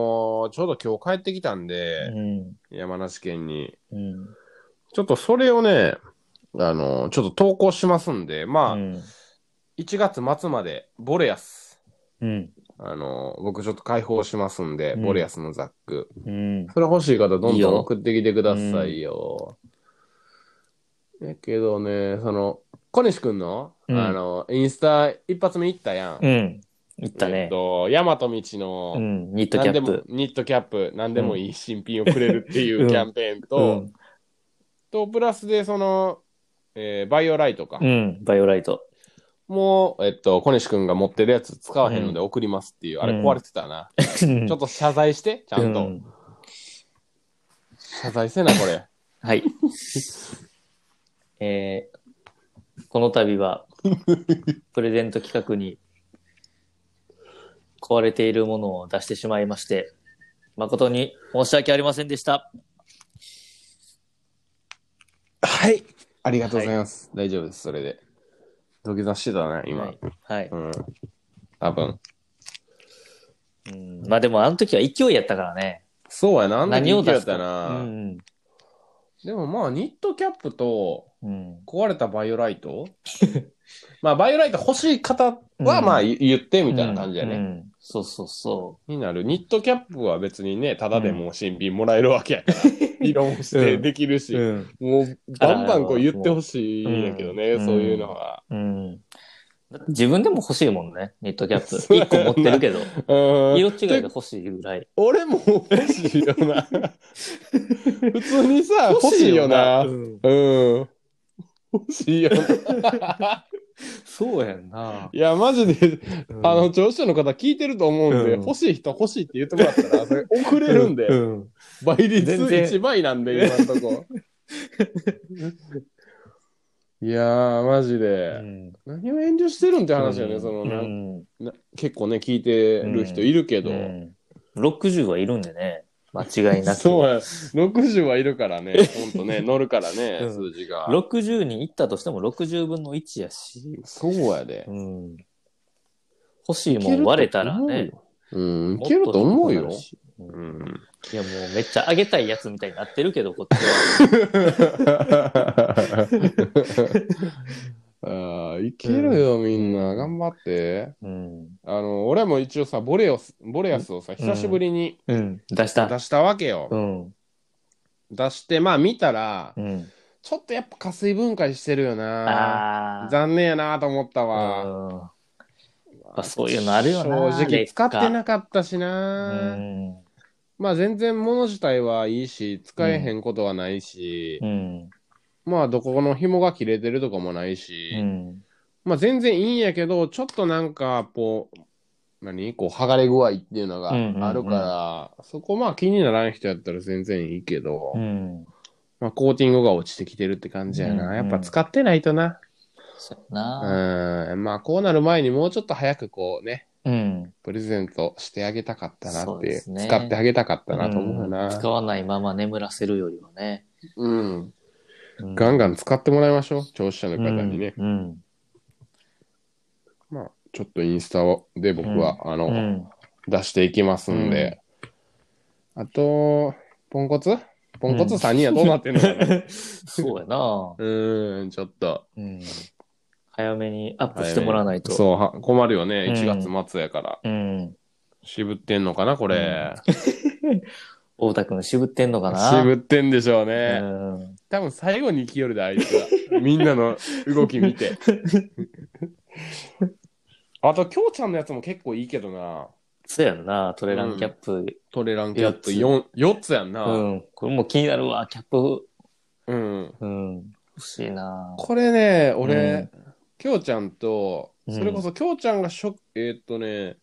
[SPEAKER 1] ーちょうど今日帰ってきたん
[SPEAKER 2] う
[SPEAKER 1] で、
[SPEAKER 2] ん。
[SPEAKER 1] 山梨県に。
[SPEAKER 2] うん。
[SPEAKER 1] ちょっとそれをね、あの、ちょっと投稿しますんで、まあ、
[SPEAKER 2] うん
[SPEAKER 1] 1月末まで、ボレアス。
[SPEAKER 2] うん。
[SPEAKER 1] あの、僕ちょっと開放しますんで、
[SPEAKER 2] うん
[SPEAKER 1] ボレアスのザック。
[SPEAKER 2] うん。
[SPEAKER 1] それ欲しい方、ど
[SPEAKER 2] い
[SPEAKER 1] ん
[SPEAKER 2] い
[SPEAKER 1] どん
[SPEAKER 2] よ
[SPEAKER 1] 送ってきてくださいよ。やけどね、その、小西くんの、
[SPEAKER 2] うん
[SPEAKER 1] あの、インスタ一発目行ったやん。
[SPEAKER 2] うん。いった
[SPEAKER 1] えっ
[SPEAKER 2] ね。
[SPEAKER 1] と、大和道の、
[SPEAKER 2] うん。ニットキ
[SPEAKER 1] 何
[SPEAKER 2] ャ
[SPEAKER 1] で
[SPEAKER 2] ッ
[SPEAKER 1] も
[SPEAKER 2] プ。
[SPEAKER 1] ニットキャップ、何でもいい新品をくれるって いううんキャンペーンと、
[SPEAKER 2] うん。
[SPEAKER 1] と、プラスで、その、えーバイオライトか。
[SPEAKER 2] うん。バイオライト。
[SPEAKER 1] もう、えっと、小西くんが持ってるやつ使わへんので送りますっていう、あれ
[SPEAKER 2] うん
[SPEAKER 1] 壊れてたな。
[SPEAKER 2] ちょ
[SPEAKER 1] ちょっと謝罪して、ちゃんと。謝罪せな、これ。
[SPEAKER 2] はい。えーこの 度は、プレゼント企画に壊れているものを出してしまいまして、誠に申し訳ありませんでした。
[SPEAKER 1] はい。ありがとうございます。大丈夫です、それで。土下座してたね、今。
[SPEAKER 2] はい。はい
[SPEAKER 1] うん。多分。
[SPEAKER 2] うんまあでもあの時は勢いやったからね。
[SPEAKER 1] そうやな、あんな
[SPEAKER 2] 何を
[SPEAKER 1] 人気
[SPEAKER 2] 出
[SPEAKER 1] や
[SPEAKER 2] す
[SPEAKER 1] っ
[SPEAKER 2] か
[SPEAKER 1] たな。
[SPEAKER 2] うん
[SPEAKER 1] でもまあ、ニットキャップと、
[SPEAKER 2] うん。
[SPEAKER 1] 壊れたバイオライト まあ、バイオライト欲しい方は、
[SPEAKER 2] うん
[SPEAKER 1] まあ、言ってみたいな感じやね。
[SPEAKER 2] うんうんそうそうそ
[SPEAKER 1] になる。ニットキャップは別にね、ただでもう新品もらえるわけやから、 理論してできる
[SPEAKER 2] う。
[SPEAKER 1] し、もうバンバンこう言ってほしいんやけどね、
[SPEAKER 2] うん
[SPEAKER 1] そういうのは。
[SPEAKER 2] うん。だって自分でも欲しいもんね、ニットキャップ。
[SPEAKER 1] そうや
[SPEAKER 2] 1
[SPEAKER 1] な
[SPEAKER 2] 個持って るけど、
[SPEAKER 1] うん
[SPEAKER 2] 色違いが欲しいぐらい。
[SPEAKER 1] 俺も欲しいよ な。普通にさ、 欲しいよな。
[SPEAKER 2] うん
[SPEAKER 1] うん。欲しいよな。
[SPEAKER 2] そうやんな。
[SPEAKER 1] いや、マジで、
[SPEAKER 2] うん
[SPEAKER 1] あの、聴取者の方聞いてると思うんで、
[SPEAKER 2] うん
[SPEAKER 1] 欲しい人欲しいって言ってもらったら、そ れ送れるんで
[SPEAKER 2] う、ん
[SPEAKER 1] 倍率
[SPEAKER 2] 全然
[SPEAKER 1] 1倍なんで、今んと こ。いやー、マジ
[SPEAKER 2] う
[SPEAKER 1] で。
[SPEAKER 2] ん
[SPEAKER 1] 何を遠慮してるんって話よね、
[SPEAKER 2] うん
[SPEAKER 1] その、な
[SPEAKER 2] うん
[SPEAKER 1] な結構ね、聞いてる人いるけど。
[SPEAKER 2] うん60はいるんでね、間違いなく。
[SPEAKER 1] そうや。60はいるからね。ほんとね、乗るからね、
[SPEAKER 2] う
[SPEAKER 1] 数
[SPEAKER 2] ん
[SPEAKER 1] 字が。
[SPEAKER 2] 60に行ったとしても60分の1やし、
[SPEAKER 1] そうやで。
[SPEAKER 2] うん、欲しいもん割れたらね。
[SPEAKER 1] うん、いけると思う
[SPEAKER 2] もっ
[SPEAKER 1] よ
[SPEAKER 2] と高くなる。しう
[SPEAKER 1] うんん。
[SPEAKER 2] いやもうめっちゃあげたいやつみたいになってるけど、こっちは。
[SPEAKER 1] あーいけるよ、みんな。頑張って。
[SPEAKER 2] うん。
[SPEAKER 1] あの、俺も一応さ、ボレオス、ボレアスをさ、久しぶりに
[SPEAKER 2] うん。出した。
[SPEAKER 1] 出したわけよ
[SPEAKER 2] う。ん。
[SPEAKER 1] 出して、まあ見たら
[SPEAKER 2] う、ん。
[SPEAKER 1] ちょっとやっぱ加水分解してるよな。
[SPEAKER 2] ああ。
[SPEAKER 1] 残念やなと思ったわ。
[SPEAKER 2] うんやっぱそういうのあるよな。
[SPEAKER 1] 正直使って
[SPEAKER 2] い。
[SPEAKER 1] なかったし
[SPEAKER 2] う
[SPEAKER 1] な、
[SPEAKER 2] ん。
[SPEAKER 1] まあ全然物自体はいいし使えへんことはないし
[SPEAKER 2] う、ん。
[SPEAKER 1] まあどこの紐が切れてるとかもないうし、
[SPEAKER 2] ん。
[SPEAKER 1] まあ全然いいんやけどちょっとなんかこう何こう剥がれ具合っていうのが
[SPEAKER 2] うんうんうん
[SPEAKER 1] あるから、そこまあ気にならん人やったら全然いいけど、
[SPEAKER 2] うん。
[SPEAKER 1] まあコーティングが落ちてきてるって感じやな、
[SPEAKER 2] うんうん
[SPEAKER 1] やっぱ使ってないとな
[SPEAKER 2] そうや
[SPEAKER 1] う
[SPEAKER 2] な。
[SPEAKER 1] んまあこうなる前にもうちょっと早くこうね
[SPEAKER 2] うん。
[SPEAKER 1] プレゼントしてあげたかったな
[SPEAKER 2] そ
[SPEAKER 1] っ
[SPEAKER 2] う
[SPEAKER 1] てい
[SPEAKER 2] で
[SPEAKER 1] う
[SPEAKER 2] すね
[SPEAKER 1] 使ってあげたかったなと思うよ
[SPEAKER 2] ん
[SPEAKER 1] な
[SPEAKER 2] 使わないまま眠らせるよりはね。
[SPEAKER 1] うん、ガンガン使ってもらいましょう聴取者の
[SPEAKER 2] ガ
[SPEAKER 1] 方にね、
[SPEAKER 2] うん。うん
[SPEAKER 1] まあちょっとインスタをで僕は、あの、
[SPEAKER 2] うん
[SPEAKER 1] 出していきますんで、あとポンコツポンコツ
[SPEAKER 2] うん
[SPEAKER 1] 3人はどうなってんのか な
[SPEAKER 2] そうやな。
[SPEAKER 1] うーんちょっと
[SPEAKER 2] うん。早めにアップしてもらわないと。
[SPEAKER 1] そうは困るよね
[SPEAKER 2] うん
[SPEAKER 1] 1月末やから、
[SPEAKER 2] うん。
[SPEAKER 1] 渋ってんのかなこれ、
[SPEAKER 2] 大田くん渋ってんのかな
[SPEAKER 1] 渋ってんでしょうね、
[SPEAKER 2] うん。
[SPEAKER 1] 多分最後に生きよるであいつはみんなの動き見 てあと京ちゃんのやつも結構いいけどな
[SPEAKER 2] そうやんな。トレランキャップ。
[SPEAKER 1] トレラン
[SPEAKER 2] キャップ
[SPEAKER 1] 4, 4つやんな、
[SPEAKER 2] う
[SPEAKER 1] うん
[SPEAKER 2] ん。これもう気になるわ。キャップ。うん。欲しいな。
[SPEAKER 1] これね俺、
[SPEAKER 2] う
[SPEAKER 1] 京ちゃんと
[SPEAKER 2] うん
[SPEAKER 1] それこそ京ちゃんがしょえーっとね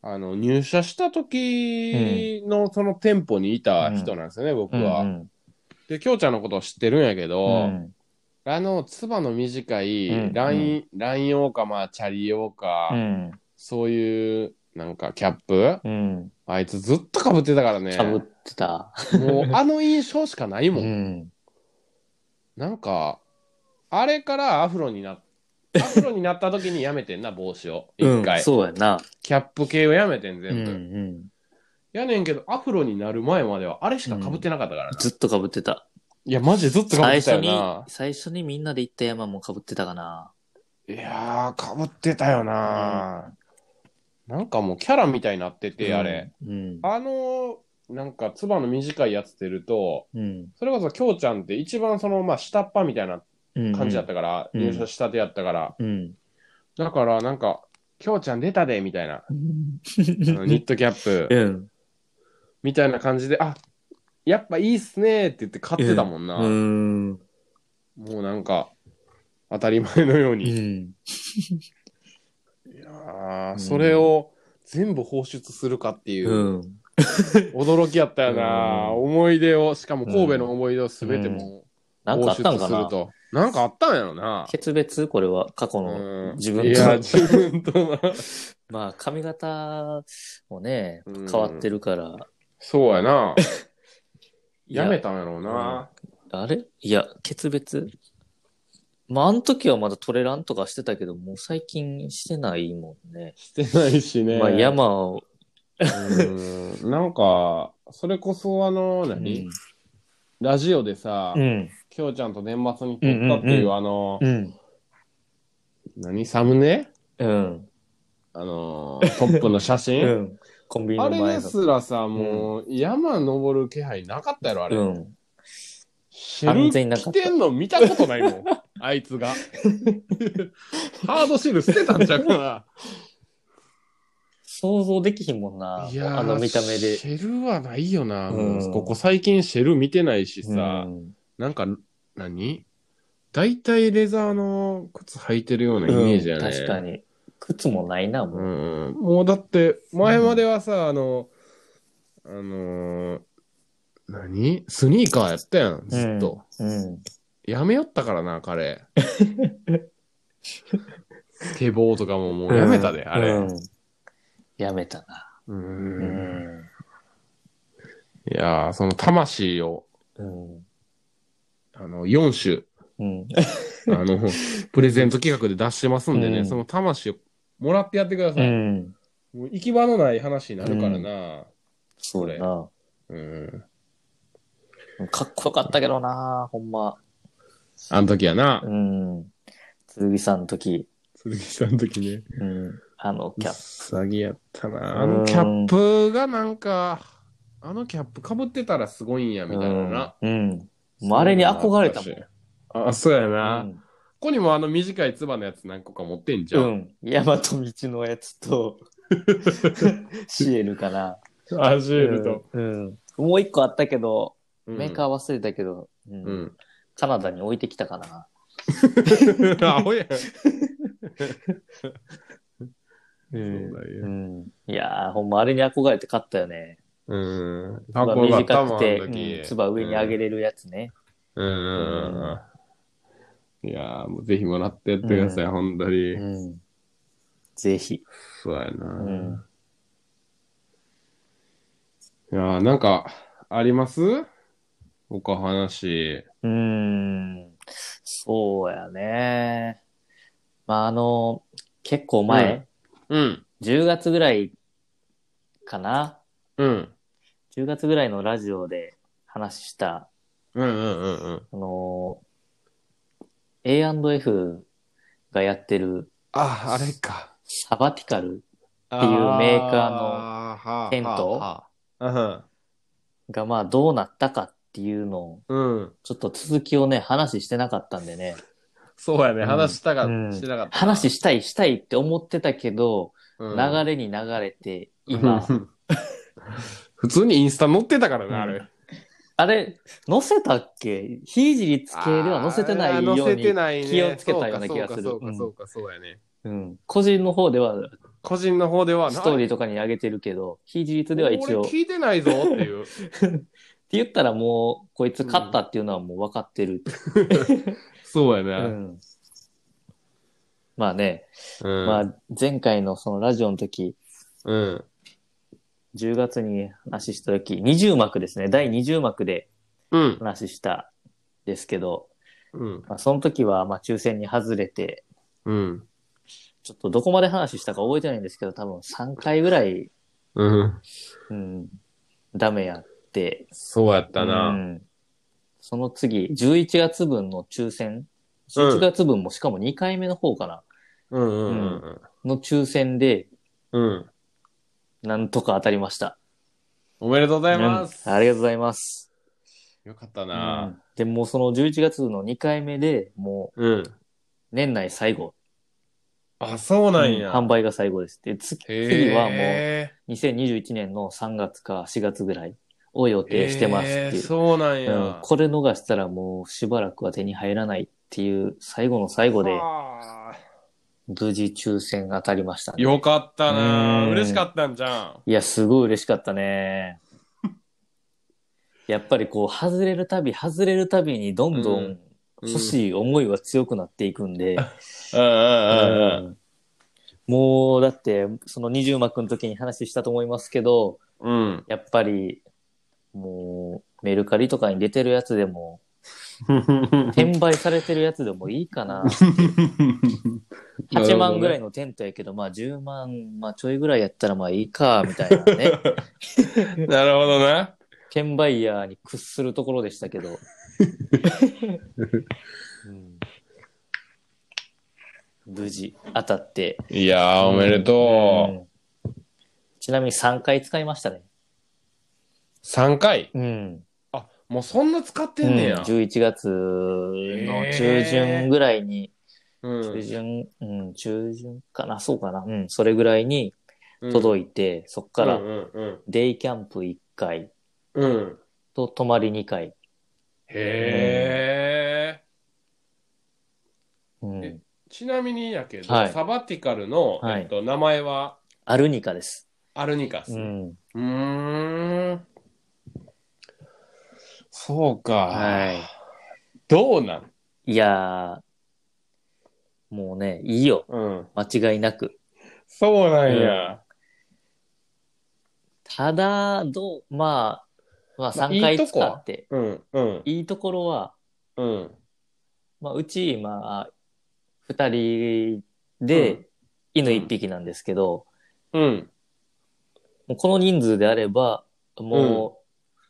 [SPEAKER 1] あの入社した時のその店舗にいた人なんですよね、僕は。
[SPEAKER 2] うん
[SPEAKER 1] で京ちゃんのことを知ってるんやけど、
[SPEAKER 2] うん。
[SPEAKER 1] あのつばの短
[SPEAKER 2] うん
[SPEAKER 1] いライン、ライン用かまあチャリ用か、
[SPEAKER 2] うん。
[SPEAKER 1] そういう、なんかキャップ
[SPEAKER 2] うん。
[SPEAKER 1] あいつずっとかぶってたからね。
[SPEAKER 2] かぶってた。
[SPEAKER 1] もうあの印象しかないうもん。
[SPEAKER 2] ん。
[SPEAKER 1] なんか、あれからアフロに なっアフロになった時にやめてんな、帽子を。一回、
[SPEAKER 2] うんそうやな。
[SPEAKER 1] キャップ系をやめてん、
[SPEAKER 2] うんう
[SPEAKER 1] 全部。
[SPEAKER 2] ん。
[SPEAKER 1] やねんけど、アフロになる前まではあれしかかぶってなかったからな。
[SPEAKER 2] ずっとかぶってた。
[SPEAKER 1] いや、マジでずっとかぶ
[SPEAKER 2] 最
[SPEAKER 1] ってた
[SPEAKER 2] 初
[SPEAKER 1] よ
[SPEAKER 2] に
[SPEAKER 1] な、。
[SPEAKER 2] 最初にみんなで行った山もかぶってたかな。
[SPEAKER 1] いやー、かぶってたよな、なんかもうキャラみたいになってて、あれ。
[SPEAKER 2] うん。
[SPEAKER 1] あのー、なんか、つばの短いやつ出ると、
[SPEAKER 2] うん。
[SPEAKER 1] それこそ、きょうちゃんって一番その、まあ、下っ端みたいな
[SPEAKER 2] うん。
[SPEAKER 1] 感じだったから、
[SPEAKER 2] うん
[SPEAKER 1] 入社したてやったから、
[SPEAKER 2] うん。
[SPEAKER 1] だから、なんか、きょうちゃん出たで、みたいな、
[SPEAKER 2] うん。
[SPEAKER 1] あのニットキャップ、
[SPEAKER 2] うん。
[SPEAKER 1] みたいな感じで、あやっぱいいっすねって言って買ってたもんな。
[SPEAKER 2] うん。
[SPEAKER 1] もうなんか、当たり前のよう
[SPEAKER 2] う
[SPEAKER 1] に。い
[SPEAKER 2] ん。
[SPEAKER 1] やーそれを全部放出するかっていうう、
[SPEAKER 2] ん。
[SPEAKER 1] 驚きやったよな、
[SPEAKER 2] う
[SPEAKER 1] 思い出を、しかも神戸の思い出を全てもう
[SPEAKER 2] なんか
[SPEAKER 1] 放
[SPEAKER 2] あっ
[SPEAKER 1] 出
[SPEAKER 2] たんか
[SPEAKER 1] す
[SPEAKER 2] な
[SPEAKER 1] ると。なんかあったんやろな。
[SPEAKER 2] 決別これは過去
[SPEAKER 1] う
[SPEAKER 2] の
[SPEAKER 1] ん
[SPEAKER 2] 自分
[SPEAKER 1] いや、
[SPEAKER 2] と。
[SPEAKER 1] 自分とな。
[SPEAKER 2] まあ髪型もね、
[SPEAKER 1] うん
[SPEAKER 2] 変わってるから。
[SPEAKER 1] そうやな。
[SPEAKER 2] いや
[SPEAKER 1] やめたんやろうな。
[SPEAKER 2] あれいや、決別まああの時はまだトレランとかしてたけど、もう最近してないもんね。
[SPEAKER 1] してないしね。
[SPEAKER 2] まあ山を。
[SPEAKER 1] うん なんか、それこそあの、何、ラジオでさ
[SPEAKER 2] う、ん。
[SPEAKER 1] きょうちゃんと年末に撮ったっていう、
[SPEAKER 2] うんうんう
[SPEAKER 1] あの、
[SPEAKER 2] うん。
[SPEAKER 1] 何サムネ
[SPEAKER 2] うん。
[SPEAKER 1] あの、トップの写
[SPEAKER 2] う
[SPEAKER 1] 真。
[SPEAKER 2] ん。コンビニ
[SPEAKER 1] あ
[SPEAKER 2] の
[SPEAKER 1] れ
[SPEAKER 2] 前
[SPEAKER 1] で
[SPEAKER 2] の。
[SPEAKER 1] すらさ、もう、山登る気配なかったやろ、あれ。
[SPEAKER 2] うん。
[SPEAKER 1] シェル
[SPEAKER 2] 完全になか
[SPEAKER 1] 着
[SPEAKER 2] った
[SPEAKER 1] てんの見たことないもん。あいつが。ハードシール捨てたんちゃうか
[SPEAKER 2] 想像できひんもん
[SPEAKER 1] な。
[SPEAKER 2] な。あの見た目で。
[SPEAKER 1] シェルはないよな。もう
[SPEAKER 2] うん
[SPEAKER 1] ここ最近シェル見てないしさ
[SPEAKER 2] う。ん
[SPEAKER 1] なんか、何大体レザーの靴履いてるようなイメージやね。
[SPEAKER 2] うん確かに。靴もないな、もう。
[SPEAKER 1] うんうんもうだって前まではさ、あのあのー何スニーカーやったやんずっと、
[SPEAKER 2] うん。
[SPEAKER 1] やめよったからな 彼スケボーとかももうやめたで、
[SPEAKER 2] うん
[SPEAKER 1] あれ、
[SPEAKER 2] うんやめたな。
[SPEAKER 1] うん
[SPEAKER 2] うん。
[SPEAKER 1] いやーその魂を
[SPEAKER 2] うん。
[SPEAKER 1] あの4
[SPEAKER 2] うん。
[SPEAKER 1] 種 あのプレゼント企画で出してますんでね、
[SPEAKER 2] うん
[SPEAKER 1] その魂をもらってやってくださ
[SPEAKER 2] う
[SPEAKER 1] い、
[SPEAKER 2] ん。
[SPEAKER 1] もう行き場のない話になるからな、
[SPEAKER 2] そうだな。
[SPEAKER 1] うん、
[SPEAKER 2] かっこよかったけどな、ほんま。
[SPEAKER 1] あの時やな、
[SPEAKER 2] うん。剣さんの時、
[SPEAKER 1] 鈴木さんの時ね
[SPEAKER 2] うん。あの、キャッ
[SPEAKER 1] 詐欺やったな。あ
[SPEAKER 2] うん
[SPEAKER 1] のキャップがなんか、あのキャップかぶってたらすごいんや、
[SPEAKER 2] プ
[SPEAKER 1] みたいなな。
[SPEAKER 2] うん。もうあれに憧れたもん。
[SPEAKER 1] ん。あ、そうや
[SPEAKER 2] う
[SPEAKER 1] な。ここ
[SPEAKER 2] ん
[SPEAKER 1] にもあの短いつばのやつ何個か持ってんじゃ。
[SPEAKER 2] うんん。大和道のやつ と、シエルかな。
[SPEAKER 1] アジュールと。
[SPEAKER 2] うん。うんもう一個あったけど、メーカ
[SPEAKER 1] ー。
[SPEAKER 2] ー忘れたけど、う。
[SPEAKER 1] うんん。
[SPEAKER 2] カナダに置いてきたかな。
[SPEAKER 1] アホ やん。
[SPEAKER 2] う
[SPEAKER 1] そうだ
[SPEAKER 2] う
[SPEAKER 1] よ
[SPEAKER 2] ん。いやー、ほんまあれに憧れて買ったよね。
[SPEAKER 1] うん。
[SPEAKER 2] まあ短くて、
[SPEAKER 1] あ
[SPEAKER 2] うんつば上に上げ
[SPEAKER 1] る。
[SPEAKER 2] れるやつね。
[SPEAKER 1] うんうんうんうん。いやー、もうぜひもらってやってください、
[SPEAKER 2] う
[SPEAKER 1] ほんとに
[SPEAKER 2] う。ん。ぜひ。
[SPEAKER 1] そうや
[SPEAKER 2] う
[SPEAKER 1] な。
[SPEAKER 2] ん。
[SPEAKER 1] いやーなんか、あります他話。
[SPEAKER 2] うーん、そうやね。まあ、あの、結構前、
[SPEAKER 1] うん。
[SPEAKER 2] 10月ぐらいかな。
[SPEAKER 1] うん。
[SPEAKER 2] 10月ぐらいのラジオで話した、
[SPEAKER 1] うんうんうんうん。
[SPEAKER 2] あの、A&F がやってる
[SPEAKER 1] あ、あれか。
[SPEAKER 2] サバティカル
[SPEAKER 1] って
[SPEAKER 2] いうメーカ
[SPEAKER 1] ーの
[SPEAKER 2] テントがまあどうなったかっていうのを、
[SPEAKER 1] うん。
[SPEAKER 2] ちょっと続きをね、話してなかったんでね。
[SPEAKER 1] そうやね。
[SPEAKER 2] うん
[SPEAKER 1] 話したか、
[SPEAKER 2] うん
[SPEAKER 1] してなかったな。
[SPEAKER 2] 話したい、したいって思ってたけど、
[SPEAKER 1] うん
[SPEAKER 2] 流れに流れて、今、。
[SPEAKER 1] 普通にインスタ載ってたから
[SPEAKER 2] うん
[SPEAKER 1] な、あれ。
[SPEAKER 2] あれ、載せたっけひじりつけでは載せてないよ
[SPEAKER 1] あ
[SPEAKER 2] う
[SPEAKER 1] ー載せて
[SPEAKER 2] に、
[SPEAKER 1] ないね
[SPEAKER 2] 気をつけたような気がする
[SPEAKER 1] そうか、そうか、そうかそうやね。
[SPEAKER 2] うん、個人の方では
[SPEAKER 1] 個人の方では、
[SPEAKER 2] ストーリ
[SPEAKER 1] ー
[SPEAKER 2] ーとかに上げてるけど、ひじりつでは一応、っ
[SPEAKER 1] 俺
[SPEAKER 2] て
[SPEAKER 1] 聞いてないぞって いう。
[SPEAKER 2] 言ったらもう、こいつ勝ったっていうのはもう分かってる。
[SPEAKER 1] そう
[SPEAKER 2] う
[SPEAKER 1] やね。
[SPEAKER 2] んまあね、
[SPEAKER 1] うん
[SPEAKER 2] まあ前回のそのラジオの時、
[SPEAKER 1] うん。
[SPEAKER 2] 10月に話した時、20幕ですね、第20幕で
[SPEAKER 1] うん。
[SPEAKER 2] 話したですけど、
[SPEAKER 1] うん。
[SPEAKER 2] まあその時はまあ抽選に外れて、
[SPEAKER 1] うん。
[SPEAKER 2] ちょっとどこまで話したか覚えてないんですけど、多分3回ぐらい
[SPEAKER 1] うん。
[SPEAKER 2] うん、ダメやって。
[SPEAKER 1] そうやった
[SPEAKER 2] う
[SPEAKER 1] な。
[SPEAKER 2] んその次、11月分の抽選、
[SPEAKER 1] うん
[SPEAKER 2] 11月分もしかも2回目の方かな、
[SPEAKER 1] うんうんうん
[SPEAKER 2] の抽選で、
[SPEAKER 1] うん。うん。
[SPEAKER 2] なんとか当たりました。
[SPEAKER 1] おめでとうございます。
[SPEAKER 2] うんありがとうございます。
[SPEAKER 1] よかったな。
[SPEAKER 2] うんで、もうその11月の2回目でも
[SPEAKER 1] うん。
[SPEAKER 2] う年内最後。
[SPEAKER 1] あ、そうなんや。
[SPEAKER 2] うん販売が最後です。で、つ
[SPEAKER 1] へー
[SPEAKER 2] 次はもう2021年の3月か4月ぐらいを予定してますっていう。
[SPEAKER 1] へーそうなんや。
[SPEAKER 2] うん、これ逃したらもうしばらくは手に入らないっていう最後の最後で
[SPEAKER 1] はあ
[SPEAKER 2] 無事抽選が当たりましたね。
[SPEAKER 1] よかったな。
[SPEAKER 2] うん
[SPEAKER 1] 嬉しかったんじゃん。
[SPEAKER 2] いや、すごい嬉しかったね。やっぱりこう、外れるたび、外れるたびにどんど
[SPEAKER 1] うん
[SPEAKER 2] 欲しい思いは強くなっていくんで、
[SPEAKER 1] うんうんうんうん。
[SPEAKER 2] もうだって、その20幕の時に話したと思いますけど、
[SPEAKER 1] うん。
[SPEAKER 2] やっぱり、もう、メルカリとかに出てるやつでも、 転売されてるやつでもいい かな。8万ぐらい
[SPEAKER 1] の。
[SPEAKER 2] のテントやけど、まあ10万、まあちょいぐらいやったらまあいいか、みたいなね。
[SPEAKER 1] なるほどな。
[SPEAKER 2] 転売ヤーに屈するところでした けど。うん無事当たって。
[SPEAKER 1] いやー、おめでとう。
[SPEAKER 2] うんちなみに3回使いましたね。
[SPEAKER 1] 3回。
[SPEAKER 2] うん。
[SPEAKER 1] あ、もうそんな使ってんね
[SPEAKER 2] うん
[SPEAKER 1] や。
[SPEAKER 2] 11月の中旬ぐらいに、
[SPEAKER 1] うん
[SPEAKER 2] 中旬、うん、中旬かな、そうかな、うん、それぐらいに
[SPEAKER 1] うん
[SPEAKER 2] 届いて、そっから
[SPEAKER 1] うんうん
[SPEAKER 2] デイキャンプ1回
[SPEAKER 1] うん。うん
[SPEAKER 2] と泊まり2回。
[SPEAKER 1] へえ。
[SPEAKER 2] うん
[SPEAKER 1] えちなみにやけど、
[SPEAKER 2] はい
[SPEAKER 1] サバティカルの、
[SPEAKER 2] はい
[SPEAKER 1] えっと、名前は
[SPEAKER 2] アルニカです。
[SPEAKER 1] アルニカス。
[SPEAKER 2] う。
[SPEAKER 1] うんーん。そうか。
[SPEAKER 2] はい。
[SPEAKER 1] どうなん
[SPEAKER 2] いやー、もうね、いいよ。
[SPEAKER 1] うん。
[SPEAKER 2] 間違いなく。
[SPEAKER 1] そうなんや。
[SPEAKER 2] ただ、どう、まあ、まあ
[SPEAKER 1] まあ
[SPEAKER 2] 3回
[SPEAKER 1] いいとこ
[SPEAKER 2] 使
[SPEAKER 1] は
[SPEAKER 2] って、
[SPEAKER 1] うんうん
[SPEAKER 2] いいところは、
[SPEAKER 1] うん。
[SPEAKER 2] まあ、うち今、2人で
[SPEAKER 1] うん
[SPEAKER 2] 犬1匹なんですけど、
[SPEAKER 1] うん。
[SPEAKER 2] もうこの人数であれば、もう、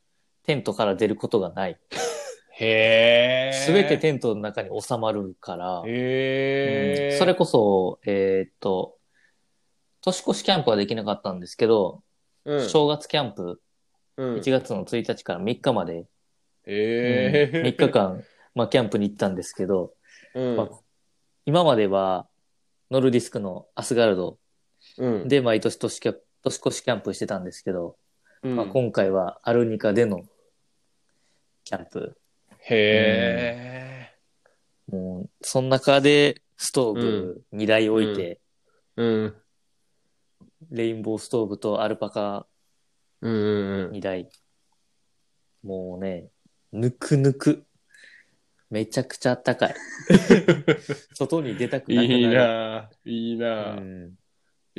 [SPEAKER 2] テントから出ることがない。
[SPEAKER 1] へえ。
[SPEAKER 2] すべてテントの中に収まるから、
[SPEAKER 1] へ
[SPEAKER 2] う
[SPEAKER 1] え。
[SPEAKER 2] んそれこそ、えーっと、年越しキャンプはできなかったんですけど、
[SPEAKER 1] うん、
[SPEAKER 2] 正月キャンプ、
[SPEAKER 1] うん
[SPEAKER 2] 1月の1日から3日まで、
[SPEAKER 1] へえ。
[SPEAKER 2] 3日間、まあ、キャンプに行ったんですけど、
[SPEAKER 1] うん。
[SPEAKER 2] まあ今までは、ノルディスクのアスガルド
[SPEAKER 1] うん、
[SPEAKER 2] で毎年年キャ年越しキャンプしてたんですけど、
[SPEAKER 1] うん
[SPEAKER 2] まあ、今回はアルニカでのキャンプ。
[SPEAKER 1] へえ。
[SPEAKER 2] もう、その中でストーブ2台置いて、
[SPEAKER 1] うん。
[SPEAKER 2] レインボーストーブとアルパカ
[SPEAKER 1] うんうんうん。
[SPEAKER 2] 2台。もうね、ぬくぬく。めちゃくちゃあったか い。外に出たくなくなる。
[SPEAKER 1] いいなぁいいうなぁ
[SPEAKER 2] ん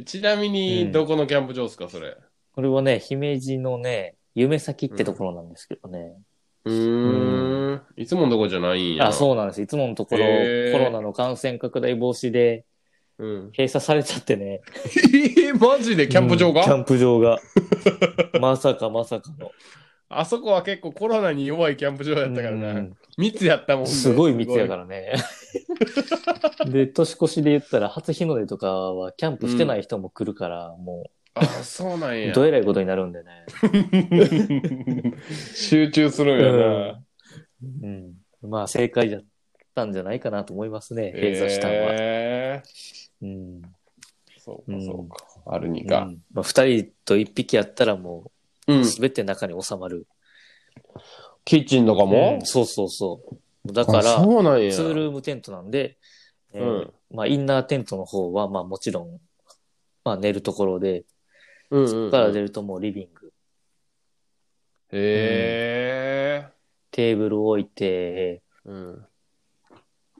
[SPEAKER 1] ちなみ
[SPEAKER 2] うん
[SPEAKER 1] に、どこのキャンプ場ですか、それ。
[SPEAKER 2] これはね、姫路のね、夢先ってところなんですけどね。
[SPEAKER 1] うーん。いつものとこじゃないんや。
[SPEAKER 2] あ、そうなんです。いつものところ、
[SPEAKER 1] へー
[SPEAKER 2] コロナの感染拡大防止で
[SPEAKER 1] う。うん。
[SPEAKER 2] 閉鎖されちゃってね。
[SPEAKER 1] え、マジでキャンプ場
[SPEAKER 2] うんキャ
[SPEAKER 1] が
[SPEAKER 2] ンプ場 が。まさかまさかの。
[SPEAKER 1] あそこは結構コロナに弱いキャンプ場やったから
[SPEAKER 2] う
[SPEAKER 1] な。
[SPEAKER 2] ん
[SPEAKER 1] 密やったもんね。
[SPEAKER 2] すごい密やからね。で、年越しで言ったら、初日の出とかはキャンプしてない人も来るから、も
[SPEAKER 1] ら。あ、そうなん
[SPEAKER 2] う、
[SPEAKER 1] や。
[SPEAKER 2] どえらいことになるんでね。
[SPEAKER 1] 集中するんやな。
[SPEAKER 2] うん。まあ、正解だったんじゃないかなと思いますね、閉鎖したのは。
[SPEAKER 1] へ
[SPEAKER 2] う
[SPEAKER 1] ー
[SPEAKER 2] ん。
[SPEAKER 1] そうか、そうか。あるに
[SPEAKER 2] う
[SPEAKER 1] か。
[SPEAKER 2] んまあ、二人と一匹やったらも
[SPEAKER 1] う
[SPEAKER 2] う、
[SPEAKER 1] ん。
[SPEAKER 2] すべて中に収まる。
[SPEAKER 1] キッチンとかも
[SPEAKER 2] うんそうそうそう。だから、
[SPEAKER 1] あそうなんや。
[SPEAKER 2] ツールームテントなんで、えー
[SPEAKER 1] うん
[SPEAKER 2] まあ、インナーテントの方は、まあ、もちろん、まあ、寝るところで、
[SPEAKER 1] うんうんうん
[SPEAKER 2] そこから出るともうリビング。
[SPEAKER 1] へえ。
[SPEAKER 2] テーブル置いて、
[SPEAKER 1] うん。